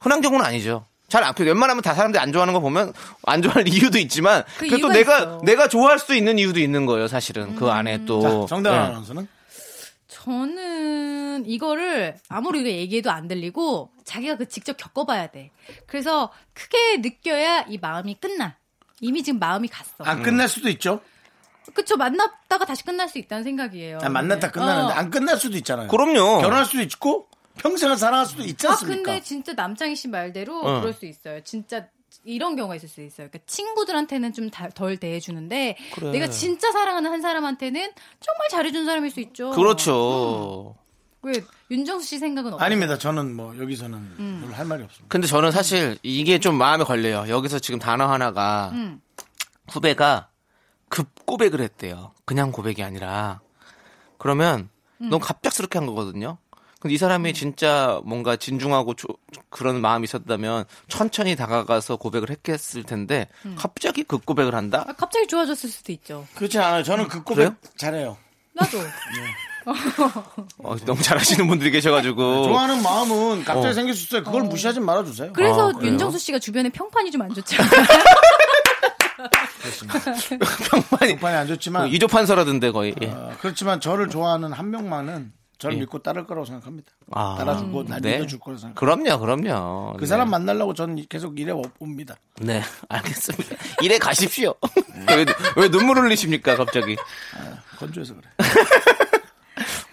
Speaker 2: 흔한 경우는 아니죠. 잘 안, 그 웬만하면 다 사람들이 안 좋아하는 거 보면 안 좋아할 이유도 있지만
Speaker 5: 그
Speaker 2: 그래도
Speaker 5: 이유가
Speaker 2: 내가
Speaker 5: 있어요. 음.
Speaker 2: 내가 좋아할 수 있는 이유도 있는 거예요, 사실은. 그 안에 또.
Speaker 1: 자, 정다운
Speaker 2: 네.
Speaker 1: 아나운서는?
Speaker 5: 저는 이거를 아무리 우리가 얘기해도 안 들리고 자기가 그 직접 겪어봐야 돼. 그래서 크게 느껴야 이 마음이 끝나. 이미 지금 마음이 갔어.
Speaker 1: 안 끝날 수도 있죠.
Speaker 5: 그쵸 만났다가 다시 끝날 수 있다는 생각이에요.
Speaker 1: 아, 만났다 끝나는데
Speaker 5: 어.
Speaker 1: 안 끝날 수도 있잖아요.
Speaker 2: 음. 그럼요.
Speaker 1: 결혼할 수도 있고 평생을 사랑할 수도 있지
Speaker 5: 아
Speaker 1: 않습니까?
Speaker 5: 근데 진짜 남창희 씨 말대로
Speaker 2: 어.
Speaker 5: 그럴 수 있어요. 진짜 이런 경우가 있을 수 있어요. 그러니까 친구들한테는 좀 덜 대해주는데 내가 진짜 사랑하는 한 사람한테는 정말 잘해준 사람일 수 있죠.
Speaker 2: 그렇죠.
Speaker 5: 왜 윤정수 씨 생각은 어때요?
Speaker 1: 아닙니다. 저는 뭐 여기서는
Speaker 5: 음.
Speaker 1: 별로 할 말이 없습니다.
Speaker 2: 근데 저는 사실 이게 좀 마음에 걸려요. 여기서 지금 단어 하나가
Speaker 5: 음.
Speaker 2: 후배가 급 고백을 했대요. 그냥 고백이 아니라 그러면 너무 갑작스럽게 한 거거든요. 근데 이 사람이 진짜 뭔가 진중하고 조- 그런 마음이 있었다면 천천히 다가가서 고백을 했겠을 텐데 갑자기 급 고백을 한다?
Speaker 5: 아, 갑자기 좋아졌을 수도 있죠.
Speaker 1: 그렇지 않아요. 저는 그 고백
Speaker 2: 그래요?
Speaker 1: 잘해요.
Speaker 5: 나도
Speaker 2: 어, 너무 잘하시는 분들이 계셔가지고
Speaker 1: 좋아하는 마음은 갑자기
Speaker 2: 어.
Speaker 1: 생길 수 있어요. 그걸 무시하지 말아주세요.
Speaker 5: 그래서
Speaker 2: 아, 그래요?
Speaker 5: 윤정수 씨가 주변에 평판이 좀 안 좋잖아요.
Speaker 2: 평판이
Speaker 1: 오빠는 안 좋지만
Speaker 2: 어, 이조 판서라던데 거의. 예.
Speaker 1: 어, 그렇지만 저를 좋아하는 한 명만은 저를 믿고 따를 거라고 생각합니다.
Speaker 2: 아.
Speaker 5: 음.
Speaker 1: 따라주고 날
Speaker 2: 네.
Speaker 1: 믿어줄 거라고 생각합니다.
Speaker 2: 그럼요, 그럼요.
Speaker 1: 그
Speaker 2: 네.
Speaker 1: 사람 만나려고 저는 계속 일해 옵니다.
Speaker 2: 네, 알겠습니다. 이래 가십시오. 왜, 왜 눈물 흘리십니까, 갑자기?
Speaker 1: 건조해서 그래.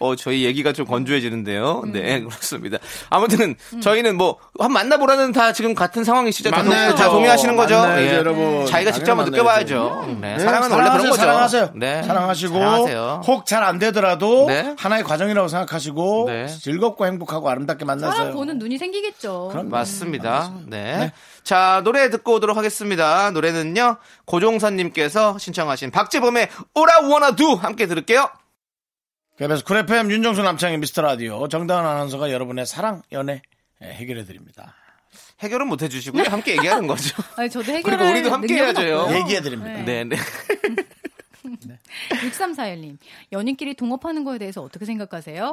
Speaker 2: 어, 저희 얘기가 좀 건조해지는데요. 네, 그렇습니다. 아무튼 저희는 뭐, 한 만나보라는 다 지금 같은 상황이시죠? 다,
Speaker 1: 만나야죠.
Speaker 2: 동, 다 동의하시는 거죠? 예.
Speaker 1: 만나야죠, 여러분.
Speaker 2: 자기가 직접 한번
Speaker 1: 당연히
Speaker 2: 느껴봐야죠. 네,
Speaker 1: 네,
Speaker 2: 사랑은 원래 그런 거죠.
Speaker 1: 사랑하세요.
Speaker 2: 네.
Speaker 1: 사랑하시고
Speaker 2: 사랑하세요.
Speaker 1: 혹 잘 안 되더라도
Speaker 2: 네.
Speaker 1: 하나의 과정이라고 생각하시고
Speaker 2: 네.
Speaker 1: 즐겁고 행복하고 아름답게 만나세요.
Speaker 5: 사람 보는 눈이 생기겠죠.
Speaker 1: 그럼
Speaker 2: 맞습니다. 네. 자, 노래 듣고 오도록 하겠습니다. 노래는요, 고종선님께서 신청하신 박재범의 오라 원아 두 함께 들을게요.
Speaker 1: KBS 쿨 FM 윤정수 남창의 미스터 라디오 정다은 아나운서가 여러분의 사랑 연애 예, 해결해 드립니다.
Speaker 2: 해결은 못 해주시고요. 함께 얘기하는 거죠.
Speaker 5: 아니, 저도 그러니까 해결을
Speaker 2: 그리고 그러니까 우리도 함께 해야죠.
Speaker 1: 얘기해 드립니다.
Speaker 2: 네, 네.
Speaker 5: 6341님, 연인끼리 동업하는 거에 대해서 어떻게 생각하세요?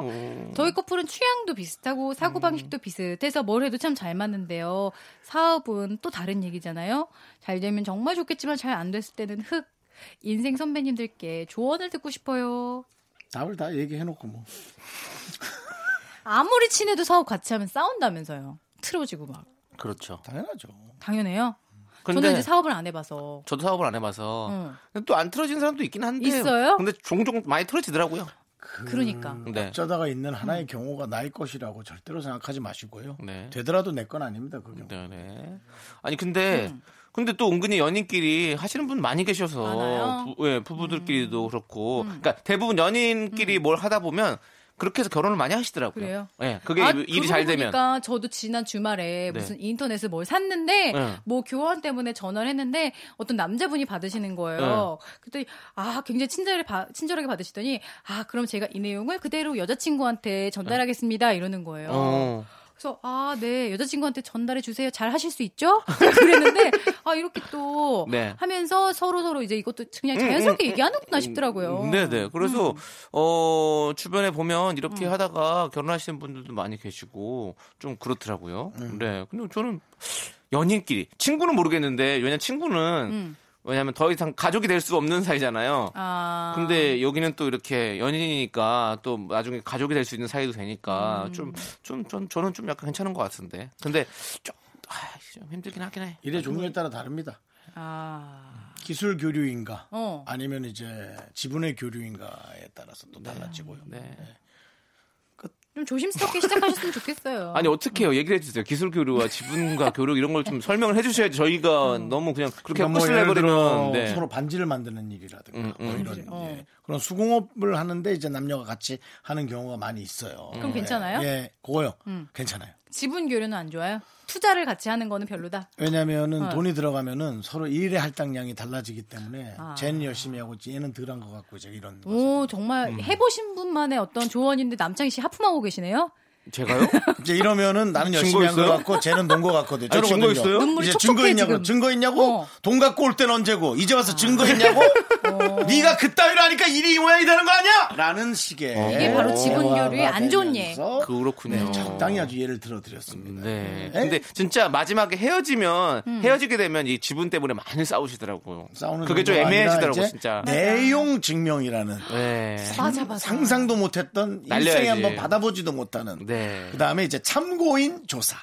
Speaker 5: 저희 커플은 취향도 비슷하고
Speaker 2: 음.
Speaker 5: 사고방식도 비슷해서 뭘 해도 참 잘 맞는데요. 사업은 또 다른 얘기잖아요. 잘 되면 정말 좋겠지만 잘 안 됐을 때는 흑. 인생 선배님들께 조언을 듣고 싶어요.
Speaker 1: 답을 다 얘기해 놓고 뭐.
Speaker 5: 아무리 친해도 사업 같이 하면 싸운다면서요. 틀어지고 막.
Speaker 2: 그렇죠.
Speaker 1: 당연하죠.
Speaker 5: 당연해요. 저는
Speaker 2: 근데 아,
Speaker 5: 이제 사업을 안 해봐서.
Speaker 2: 저도 사업을 안 해봐서
Speaker 5: 응.
Speaker 2: 또 안 틀어진 사람도 있긴 한데
Speaker 5: 있어요?
Speaker 2: 근데 종종 많이 틀어지더라고요.
Speaker 5: 그러니까.
Speaker 2: 네.
Speaker 1: 어쩌다가 있는 하나의 경우가 나의 것이라고 절대로 생각하지 마시고요.
Speaker 2: 네.
Speaker 1: 되더라도 내 건 아닙니다. 그게.
Speaker 2: 네, 네. 아니 근데
Speaker 5: 음.
Speaker 2: 근데 또 은근히 연인끼리 하시는 분 많이 계셔서
Speaker 5: 많아요? 음.
Speaker 2: 부, 예, 부부들끼리도 그렇고 그러니까 대부분 연인끼리 뭘 하다 보면 그렇게 해서 결혼을 많이 하시더라고요.
Speaker 5: 그래요?
Speaker 2: 예. 그게
Speaker 5: 아,
Speaker 2: 일- 일이
Speaker 5: 그러고
Speaker 2: 잘 되면
Speaker 5: 보니까 저도 지난
Speaker 2: 네.
Speaker 5: 주말에 무슨 인터넷에 뭘 샀는데
Speaker 2: 네.
Speaker 5: 뭐 교환 때문에 전화를 했는데 어떤 남자분이 받으시는 거예요.
Speaker 2: 네.
Speaker 5: 그때 아 굉장히 친절하게, 바- 친절하게 받으시더니 아 그럼 제가 이 내용을 그대로 여자친구한테 전달하겠습니다 이러는 거예요.
Speaker 2: 어.
Speaker 5: 그래서 아 네 여자친구한테 전달해 주세요. 잘 하실 수 있죠? 그랬는데 아 이렇게 또
Speaker 2: 네. 음,
Speaker 5: 하면서 서로 서로 이제 이것도 그냥 자연스럽게 얘기하는구나 싶더라고요. 음.
Speaker 2: 네네. 그래서 어 주변에 보면 이렇게 하다가 결혼하시는 분들도 많이 계시고 좀 그렇더라고요. 네. 근데 저는 연인끼리 친구는 모르겠는데 왜냐 면 친구는
Speaker 5: 음.
Speaker 2: 왜냐하면 더 이상 가족이 될 수 없는 사이잖아요.
Speaker 5: 아
Speaker 2: 근데 여기는 또 이렇게 연인이니까 또 나중에 가족이 될 수 있는 사이도
Speaker 5: 음.
Speaker 2: 되니까 좀 좀 전 저는 좀 약간 괜찮은 것 같은데. 근데 좀, 아, 좀 힘들긴 하긴 해.
Speaker 1: 일의 종류에 따라 다릅니다.
Speaker 5: 아
Speaker 1: 기술 교류인가
Speaker 5: 어.
Speaker 1: 아니면 이제 지분의 교류인가에 따라서 또 달라지고요.
Speaker 2: 네.
Speaker 5: 좀 조심스럽게 시작하셨으면 좋겠어요.
Speaker 2: 아. 아니 어떻게 해요? 얘기를 해주세요. 기술 교류와 지분과 교류 이런 걸 좀 설명을 해주셔야지 저희가 너무 그냥 그렇게
Speaker 1: 그러니까 뭐
Speaker 2: 끝을
Speaker 1: 예를 들어
Speaker 2: 내버리면 네. 음,
Speaker 1: 서로 반지를 만드는 일이라든가 뭐 이런
Speaker 5: 어.
Speaker 1: 예. 그런 수공업을 하는데 이제 남녀가 같이 하는 경우가 많이 있어요.
Speaker 2: 음.
Speaker 5: 그럼 괜찮아요? 음.
Speaker 1: 예, 예, 그거요. 괜찮아요.
Speaker 5: 지분 교류는 안 좋아요? 투자를 같이 하는 거는 별로다.
Speaker 1: 왜냐면은
Speaker 5: 어.
Speaker 1: 돈이 들어가면은 서로 일의 할당량이 달라지기 때문에
Speaker 5: 아.
Speaker 1: 쟤는 열심히 하고 얘는 덜한 것 같고 이제 이런 거죠.
Speaker 5: 오 정말
Speaker 2: 음.
Speaker 5: 해보신 분만의 어떤 조언인데 남창희 씨 하품하고 계시네요.
Speaker 2: 제가요?
Speaker 1: 이제 이러면은 나는 열심히
Speaker 2: 증거
Speaker 1: 한 것
Speaker 2: 있어요?
Speaker 1: 같고 쟤는 논 것 같거든요.
Speaker 2: 아니, 증거
Speaker 1: 저러거든요.
Speaker 2: 있어요?
Speaker 5: 눈물이
Speaker 1: 이제
Speaker 5: 촉촉해,
Speaker 1: 증거 있냐고
Speaker 5: 지금.
Speaker 1: 증거 있냐고
Speaker 5: 어. 아.
Speaker 1: 돈 갖고 올 때는 언제고 이제 와서 증거 있냐고 네가 그따위로 하니까 일이 이 모양이 되는 거 아니야? 라는 식의
Speaker 5: 어. 이게 바로 지분
Speaker 1: 대화가
Speaker 5: 교류의 안 좋은 예.
Speaker 1: 되면서
Speaker 2: 그렇군요.
Speaker 1: 네, 적당히 아주 예를 들어드렸습니다.
Speaker 2: 네.
Speaker 1: 네.
Speaker 2: 근데 진짜 마지막에 헤어지면 헤어지게 되면 이 지분 때문에 많이 싸우시더라고요.
Speaker 1: 싸우는
Speaker 2: 그게 좀
Speaker 1: 정도가 아니라
Speaker 2: 애매해지더라고
Speaker 1: 이제 네.
Speaker 2: 진짜.
Speaker 1: 내용 증명이라는
Speaker 2: 네.
Speaker 5: 맞아 맞아.
Speaker 1: 상상도 못했던
Speaker 2: 날려야지.
Speaker 1: 일생에 한번 받아보지도 못하는.
Speaker 2: 네.
Speaker 1: 그 다음에 이제 참고인 조사.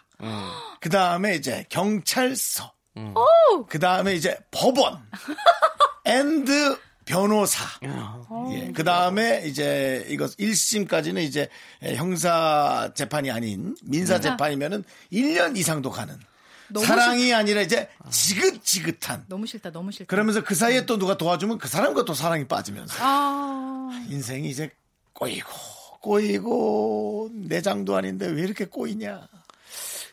Speaker 1: 그 다음에 이제 경찰서. 그 다음에 이제 법원. 앤드 변호사.
Speaker 2: 어,
Speaker 1: 예. 그 다음에 이제 이것 1심까지는 이제 에, 형사 재판이 아닌 민사 재판이면은 1년 이상도 가는.
Speaker 5: 음. 너무
Speaker 1: 사랑이 아니라 이제 지긋지긋한.
Speaker 5: 너무 싫다 너무 싫다.
Speaker 1: 그러면서 그 사이에 또 누가 도와주면 그 사람과 또 사랑이 빠지면서.
Speaker 5: 아
Speaker 1: 인생이 이제 꼬이고 꼬이고 내장도 아닌데 왜 이렇게 꼬이냐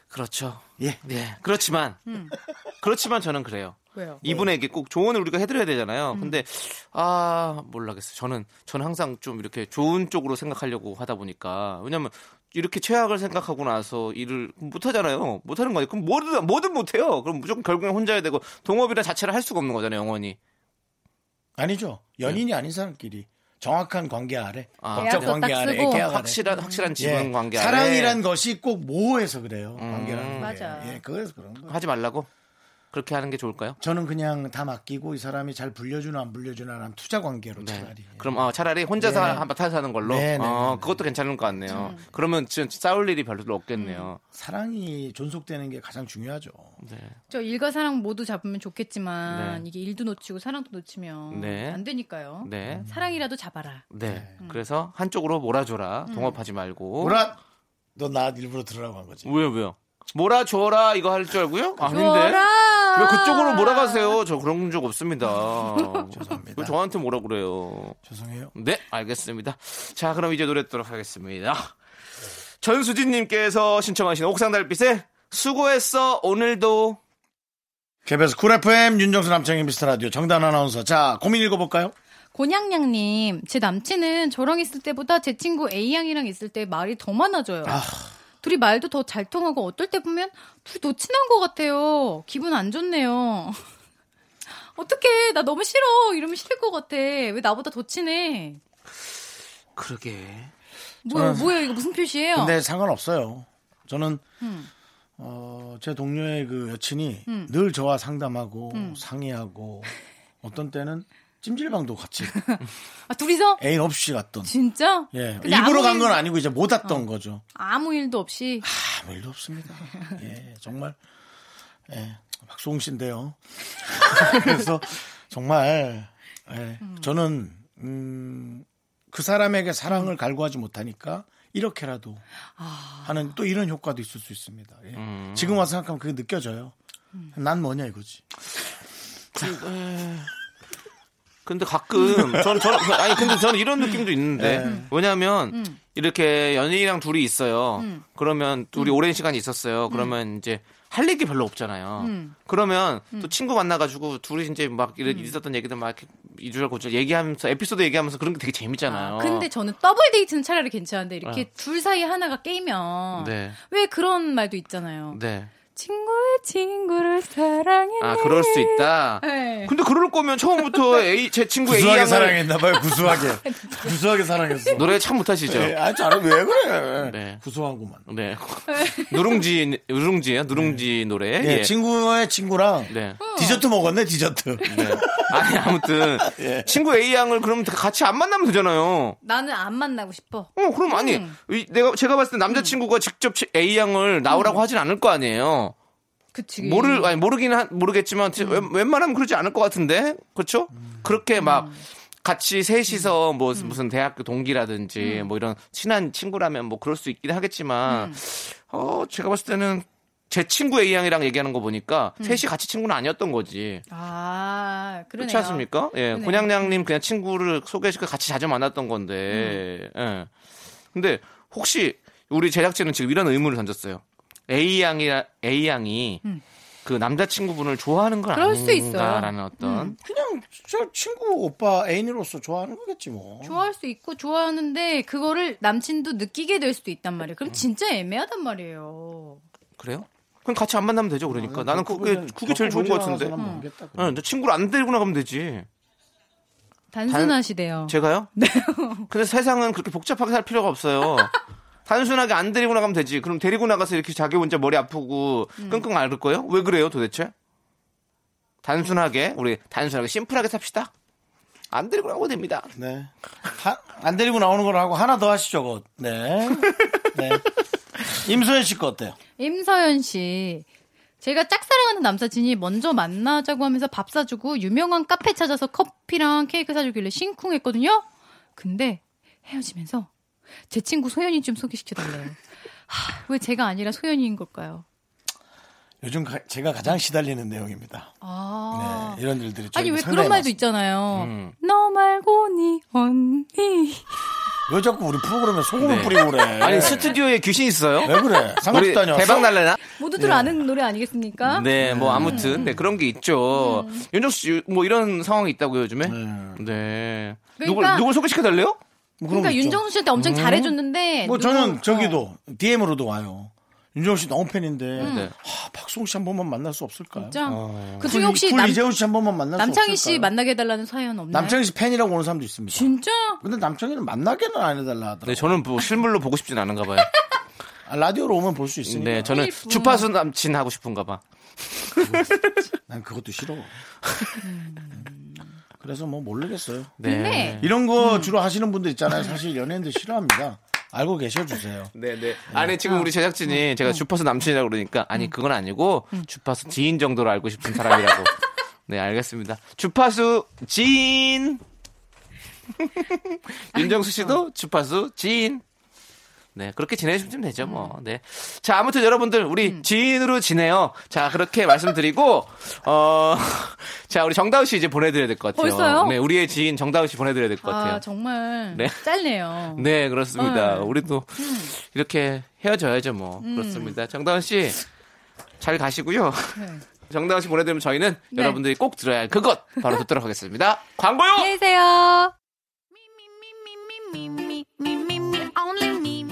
Speaker 2: 그렇죠.
Speaker 1: 예.
Speaker 2: 네. 그렇지만 그렇지만 저는 그래요.
Speaker 5: 왜요?
Speaker 1: 네.
Speaker 2: 이분에게 꼭 조언을 우리가 해드려야 되잖아요.
Speaker 1: 음.
Speaker 2: 근데 아 몰라겠어요. 저는 저는 항상 좀 이렇게 좋은 쪽으로 생각하려고 하다 보니까 왜냐면 이렇게 최악을 생각하고 나서 일을 못하잖아요. 못하는 거예요. 그럼 뭐든 뭐든 못해요. 그럼 무조건 결국엔 혼자 해야 되고 동업이라 자체를 할 수가 없는 거잖아요. 영원히.
Speaker 1: 아니죠 연인이 아닌 사람끼리 정확한 관계 아래
Speaker 2: 예. 아,
Speaker 1: 법적
Speaker 5: 계약서
Speaker 1: 관계
Speaker 5: 딱
Speaker 1: 아래
Speaker 5: 쓰고
Speaker 1: 계약 아래
Speaker 2: 확실한 확실한
Speaker 1: 예,
Speaker 2: 지분 관계 아래 음.
Speaker 1: 사랑이란 것이 꼭 모호해서 그래요 관계라는 게
Speaker 5: 맞아.
Speaker 1: 예 그래서 그런 거예요
Speaker 2: 하지 말라고. 그렇게 하는 게 좋을까요?
Speaker 1: 저는 그냥 다 맡기고 이 사람이 잘 불려주나 안 불려주나라는 투자 관계로 차라리. 예.
Speaker 2: 그럼 어, 차라리 혼자서
Speaker 1: 네.
Speaker 2: 한 바탕에서 하는 걸로.
Speaker 1: 네, 네,
Speaker 2: 어,
Speaker 1: 네. 음.
Speaker 2: 그것도 괜찮은 것 같네요. 그러면 지금 싸울 일이 별로 없겠네요.
Speaker 1: 사랑이 존속되는 게 가장 중요하죠.
Speaker 2: 어?
Speaker 5: 저 일과 사랑 모두 잡으면 좋겠지만
Speaker 2: 네.
Speaker 5: 이게 일도 놓치고 사랑도 놓치면
Speaker 2: 네.
Speaker 5: 안 되니까요.
Speaker 1: 어?
Speaker 2: 네.
Speaker 5: 사랑이라도 잡아라.
Speaker 2: 네.
Speaker 1: 음.
Speaker 2: 그래서 한쪽으로 몰아줘라. 동업하지 말고.
Speaker 1: 오라, 너 나 일부러 들으라고 한 거지.
Speaker 2: 왜요, 왜요? 몰아줘라 이거 할 줄 알고요? 아닌데.
Speaker 5: 줘라!
Speaker 2: 왜 그쪽으로 몰아가세요? 저 그런 적 없습니다.
Speaker 1: 죄송합니다.
Speaker 2: 왜 저한테 뭐라 그래요?
Speaker 1: 죄송해요.
Speaker 2: 네, 알겠습니다. 자, 그럼 이제 노래 듣도록 하겠습니다. 전수진님께서 신청하신 옥상달빛의 수고했어 오늘도
Speaker 1: KBS 쿨 FM 윤정수 남창희 미스터 라디오 정단 아나운서. 자 고민 읽어볼까요?
Speaker 5: 곤양양님, 제 남친은 저랑 있을 때보다 제 친구 A양이랑 있을 때 말이 더 많아져요. 둘이 말도 더 잘 통하고 어떨 때 보면 둘더 친한 것 같아요. 기분 안 좋네요. 어떡해, 나 너무 싫어. 이러면 싫을 것 같아. 왜 나보다 더 친해?
Speaker 2: 그러게
Speaker 5: 뭐야, 뭐야, 이거 무슨 표시예요?
Speaker 1: 근데 상관없어요. 저는
Speaker 5: 음.
Speaker 1: 어, 제 동료의 그 여친이 늘 저와 상담하고
Speaker 5: 음.
Speaker 1: 상의하고 어떤 때는 찜질방도 같이
Speaker 5: 아, 둘이서?
Speaker 1: 애인 없이 갔던.
Speaker 5: 진짜?
Speaker 1: 예,
Speaker 5: 근데 어.
Speaker 1: 일부러
Speaker 5: 아무
Speaker 1: 간 건
Speaker 5: 일-
Speaker 1: 아니고 이제 못 왔던 거죠.
Speaker 5: 아무 일도 없이.
Speaker 1: 아무 일도 없습니다. 예, 정말 예, 박수홍 씨인데요. 그래서 정말 예, 저는 음, 그 사람에게 사랑을 갈구하지 못하니까 이렇게라도 하는 또 이런 효과도 있을 수 있습니다. 예. 지금 와서 생각하면 그게 느껴져요. 난 뭐냐 이거지.
Speaker 2: 근데 가끔 전 저는 아니 근데 저는 이런 느낌도 있는데 왜냐하면 이렇게 연인이랑 둘이 있어요. 그러면 둘이 오랜 시간이 있었어요. 그러면 이제 할 얘기 별로 없잖아요. 그러면 또 친구 만나가지고 둘이 이제 막 이래- 있었던 얘기들 막 이렇게 이주절고절 얘기하면서 에피소드 얘기하면서 그런 게 되게 재밌잖아요.
Speaker 5: 근데 저는 더블 데이트는 차라리 괜찮은데 이렇게
Speaker 1: 아.
Speaker 5: 둘 사이 하나가 깨면
Speaker 2: 네.
Speaker 5: 왜 그런 말도 있잖아요.
Speaker 2: 네.
Speaker 5: 친구의 친구를 사랑해.
Speaker 2: 아 그럴 수 있다.
Speaker 5: 음. 네.
Speaker 2: 근데 그럴 거면 처음부터 A 제 친구 A
Speaker 1: 구수하게
Speaker 2: 양을
Speaker 1: 사랑했나봐요. 구수하게. 구수하게 사랑했어.
Speaker 2: 노래 참 못하시죠.
Speaker 1: 예, 아, 잘왜 그래?
Speaker 2: 네.
Speaker 1: 구수하고만.
Speaker 2: 네. 누룽지 누룽지예요. 누룽지 노래.
Speaker 1: 예,
Speaker 2: 예.
Speaker 1: 친구의 친구랑
Speaker 2: 네.
Speaker 1: 디저트 먹었네 디저트.
Speaker 2: 네. 아니 아무튼 친구 A 양을 그럼 같이 안 만나면 되잖아요.
Speaker 5: 나는 안 만나고 싶어.
Speaker 2: 어 그럼 아니 이- 내가 제가 봤을 때 남자 친구가 직접 치- A 양을 나오라고 하진 않을 거 아니에요.
Speaker 5: 그치.
Speaker 2: 모를 아니 모르긴 한, 모르겠지만 지- 웬, 웬만하면 그러지 않을 것 같은데 그렇죠? 그렇게 막 같이 셋이서 뭐 무슨 대학교 동기라든지 뭐 이런 친한 친구라면 뭐 그럴 수 있긴 하겠지만 어 제가 봤을 때는 제 친구 A 양이랑 얘기하는 거 보니까 셋이 같이 친구는 아니었던 거지.
Speaker 5: 아, 그러네요.
Speaker 2: 그렇지 않습니까? 예,
Speaker 5: 그러네요. 음.
Speaker 2: 곤양양님 그냥 친구를 소개시켜 같이 자주 만났던 건데,
Speaker 5: 음.
Speaker 2: 예. 근데 혹시 우리 제작진은 지금 이런 의문을 던졌어요. A 양이 A 양이 그 남자친구분을 좋아하는 건
Speaker 5: 음. 그럴 음. 수
Speaker 2: 아닌가라는 어떤
Speaker 1: 그냥 저 친구 오빠 애인으로서 좋아하는 거겠지 뭐.
Speaker 5: 좋아할 수 있고 좋아하는데 그거를 남친도 느끼게 될 수도 있단 말이에요. 그럼 진짜 애매하단 말이에요.
Speaker 2: 그래요? 그럼 같이 안 만나면 되죠, 그러니까. 나는 그게 아, 그게 제일 좋은 것 같은데. 응,
Speaker 1: 응.
Speaker 2: 너 친구를 안 데리고 나가면 되지.
Speaker 5: 단순하시대요.
Speaker 2: 제가요? 네. 근데 세상은 그렇게 복잡하게 살 필요가 없어요. 단순하게 안 데리고 나가면 되지. 그럼 데리고 나가서 이렇게 자기 혼자 머리 아프고
Speaker 5: 음.
Speaker 2: 끙끙 앓을 거예요? 왜 그래요 도대체? 단순하게 우리 단순하게 심플하게 삽시다. 안 데리고 나가도 됩니다.
Speaker 1: 네. 하- 안 데리고 나오는 걸 하고 하나 더 하시죠. 그거. 네. 네. 임소연 씨 거 어때요?
Speaker 5: 임서연 씨. 제가 짝사랑하는 남사친이 먼저 만나자고 하면서 밥 사주고 유명한 카페 찾아서 커피랑 케이크 사주길래 심쿵했거든요. 근데 헤어지면서 제 친구 소연이 좀 소개시켜달래요. 하, 왜 제가 아니라 소연이인 걸까요?
Speaker 1: 요즘 가- 제가 가장 시달리는 내용입니다.
Speaker 5: 아.
Speaker 1: 네, 이런 일들이
Speaker 5: 아니
Speaker 1: 저에게
Speaker 5: 왜
Speaker 1: 상당히
Speaker 5: 그런 말도
Speaker 1: 많습니다. 음.
Speaker 5: 있잖아요. 너 말고 니 언니.
Speaker 1: 왜 자꾸 우리 프로그램에 소금을
Speaker 2: 네.
Speaker 1: 뿌리고 그래?
Speaker 2: 아니 스튜디오에 귀신 있어요?
Speaker 1: 왜 그래?
Speaker 2: 우리
Speaker 1: 상관없 다녀.
Speaker 2: 대박 날래나?
Speaker 5: 모두들
Speaker 1: 네.
Speaker 5: 아는 노래 아니겠습니까?
Speaker 2: 네, 뭐 아무튼 네 그런 게 있죠.
Speaker 5: 음.
Speaker 2: 윤정수 씨 뭐 이런 상황이 있다고요 요즘에? 네.
Speaker 5: 그러니까-
Speaker 2: 누굴 누굴 소개시켜 달래요?
Speaker 5: 그러니까 윤정수 씨한테 엄청 잘해줬는데.
Speaker 1: 뭐
Speaker 5: 누구-
Speaker 1: 저는
Speaker 5: 어.
Speaker 1: 저기도 DM으로도 와요. 윤정 씨 너무 팬인데
Speaker 2: 네.
Speaker 1: 하, 박수홍 씨 한 번만 만날 수 없을까요?
Speaker 5: 진짜. 그
Speaker 1: 쿨,
Speaker 5: 중에 혹시
Speaker 1: 쿨
Speaker 5: 남,
Speaker 1: 이재훈 씨 한 번만 만날 수
Speaker 5: 남창희 씨
Speaker 1: 없을까요?
Speaker 5: 만나게 해달라는 사연 없나요?
Speaker 1: 네. 남창희 씨 팬이라고 오는 사람도 있습니다.
Speaker 5: 진짜?
Speaker 1: 근데 남창희는 만나게는 안 해달라 하더라고.
Speaker 2: 네,
Speaker 1: 요
Speaker 2: 저는 뭐 실물로 보고 싶진 않은가 봐요.
Speaker 1: 라디오로 오면 볼 수 있으니까.
Speaker 2: 네, 저는
Speaker 5: 테이프.
Speaker 2: 주파수 남친 하고 싶은가 봐.
Speaker 1: 난 그것도 싫어.
Speaker 2: 음.
Speaker 1: 그래서 뭐 모르겠어요.
Speaker 2: 네.
Speaker 5: 근데
Speaker 1: 이런 거 주로 하시는 분들 있잖아요. 사실 연예인들 싫어합니다. 알고 계셔 주세요.
Speaker 2: 네네. 아니 음. 지금 우리 제작진이 제가 주파수 남친이라고 그러니까 아니 그건 아니고 주파수 지인 정도로 알고 싶은 사람이라고. 네 알겠습니다. 주파수 지인. 윤정수 씨도 주파수 지인. 네 그렇게 지내시면 되죠 뭐. 네. 자 아무튼 여러분들 우리 지인으로 지내요. 자 그렇게 말씀드리고 어, 어자 우리 정다우 씨 이제 보내드려야 될 것 같아요.
Speaker 5: 벌써요?
Speaker 2: 네 우리의 지인 정다우 씨 보내드려야 될 것 같아요.
Speaker 5: 아 정말
Speaker 2: 네.
Speaker 5: 짧네요.
Speaker 2: 네, 그렇습니다.
Speaker 5: 네. 음.
Speaker 2: 우리도 이렇게 헤어져야죠, 뭐. 그렇습니다. 정다은 씨, 잘 가시고요. 정다은 씨 보내드리면 저희는
Speaker 5: 네.
Speaker 2: 여러분들이 꼭 들어야 할 그것 바로 듣도록 하겠습니다. 광고요!
Speaker 5: 안녕히 계세요.
Speaker 3: me, me, me, me, me, me, only me.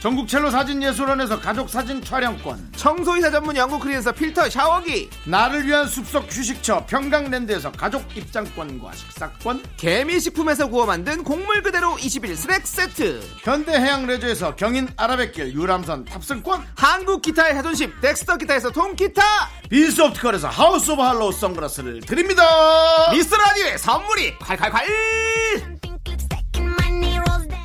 Speaker 1: 전국 첼로 사진 예술원에서 가족 사진 촬영권
Speaker 2: 청소이사 전문 영국 크리에서 필터 샤워기!
Speaker 1: 나를 위한 숲속 휴식처 평강랜드에서 가족 입장권과 식사권
Speaker 2: 개미식품에서 구워 만든 곡물 그대로 21 스낵 세트!
Speaker 1: 현대해양 레저에서 경인 아라뱃길 유람선 탑승권
Speaker 2: 한국 기타의 자존심 덱스터 기타에서 통기타
Speaker 1: 빈스옵티컬에서 하우스 오브 할로우 선글라스를 드립니다.
Speaker 2: 미스 라디오의 선물이 콸콸콸
Speaker 3: Something clips second, my knee rolls down.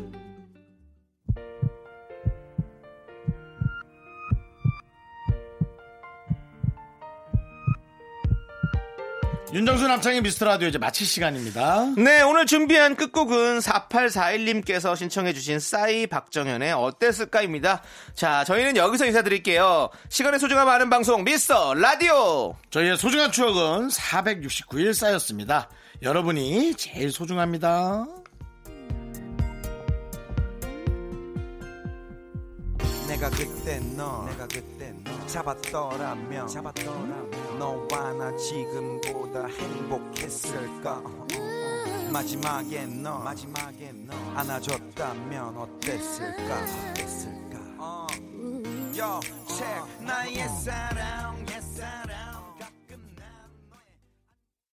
Speaker 1: 윤정수 남창의 미스터 라디오 이제 마칠 시간입니다.
Speaker 2: 네 오늘 준비한 끝곡은 4841님께서 신청해주신 싸이 박정현의 어땠을까입니다 자 저희는 여기서 인사드릴게요 시간의 소중함 아는 방송 미스터 라디오
Speaker 1: 저희의 소중한 추억은 469일 쌓였습니다. 여러분이 제일 소중합니다.
Speaker 6: 내가 그때 너 내가 그때 너 잡았더라면 잡았더라면 너와 나 지금보다 행복했을까 음. 마지막에 너 마지막에 너 안아줬다면 어땠을까 어땠을까 어. Yo, check 나의 사랑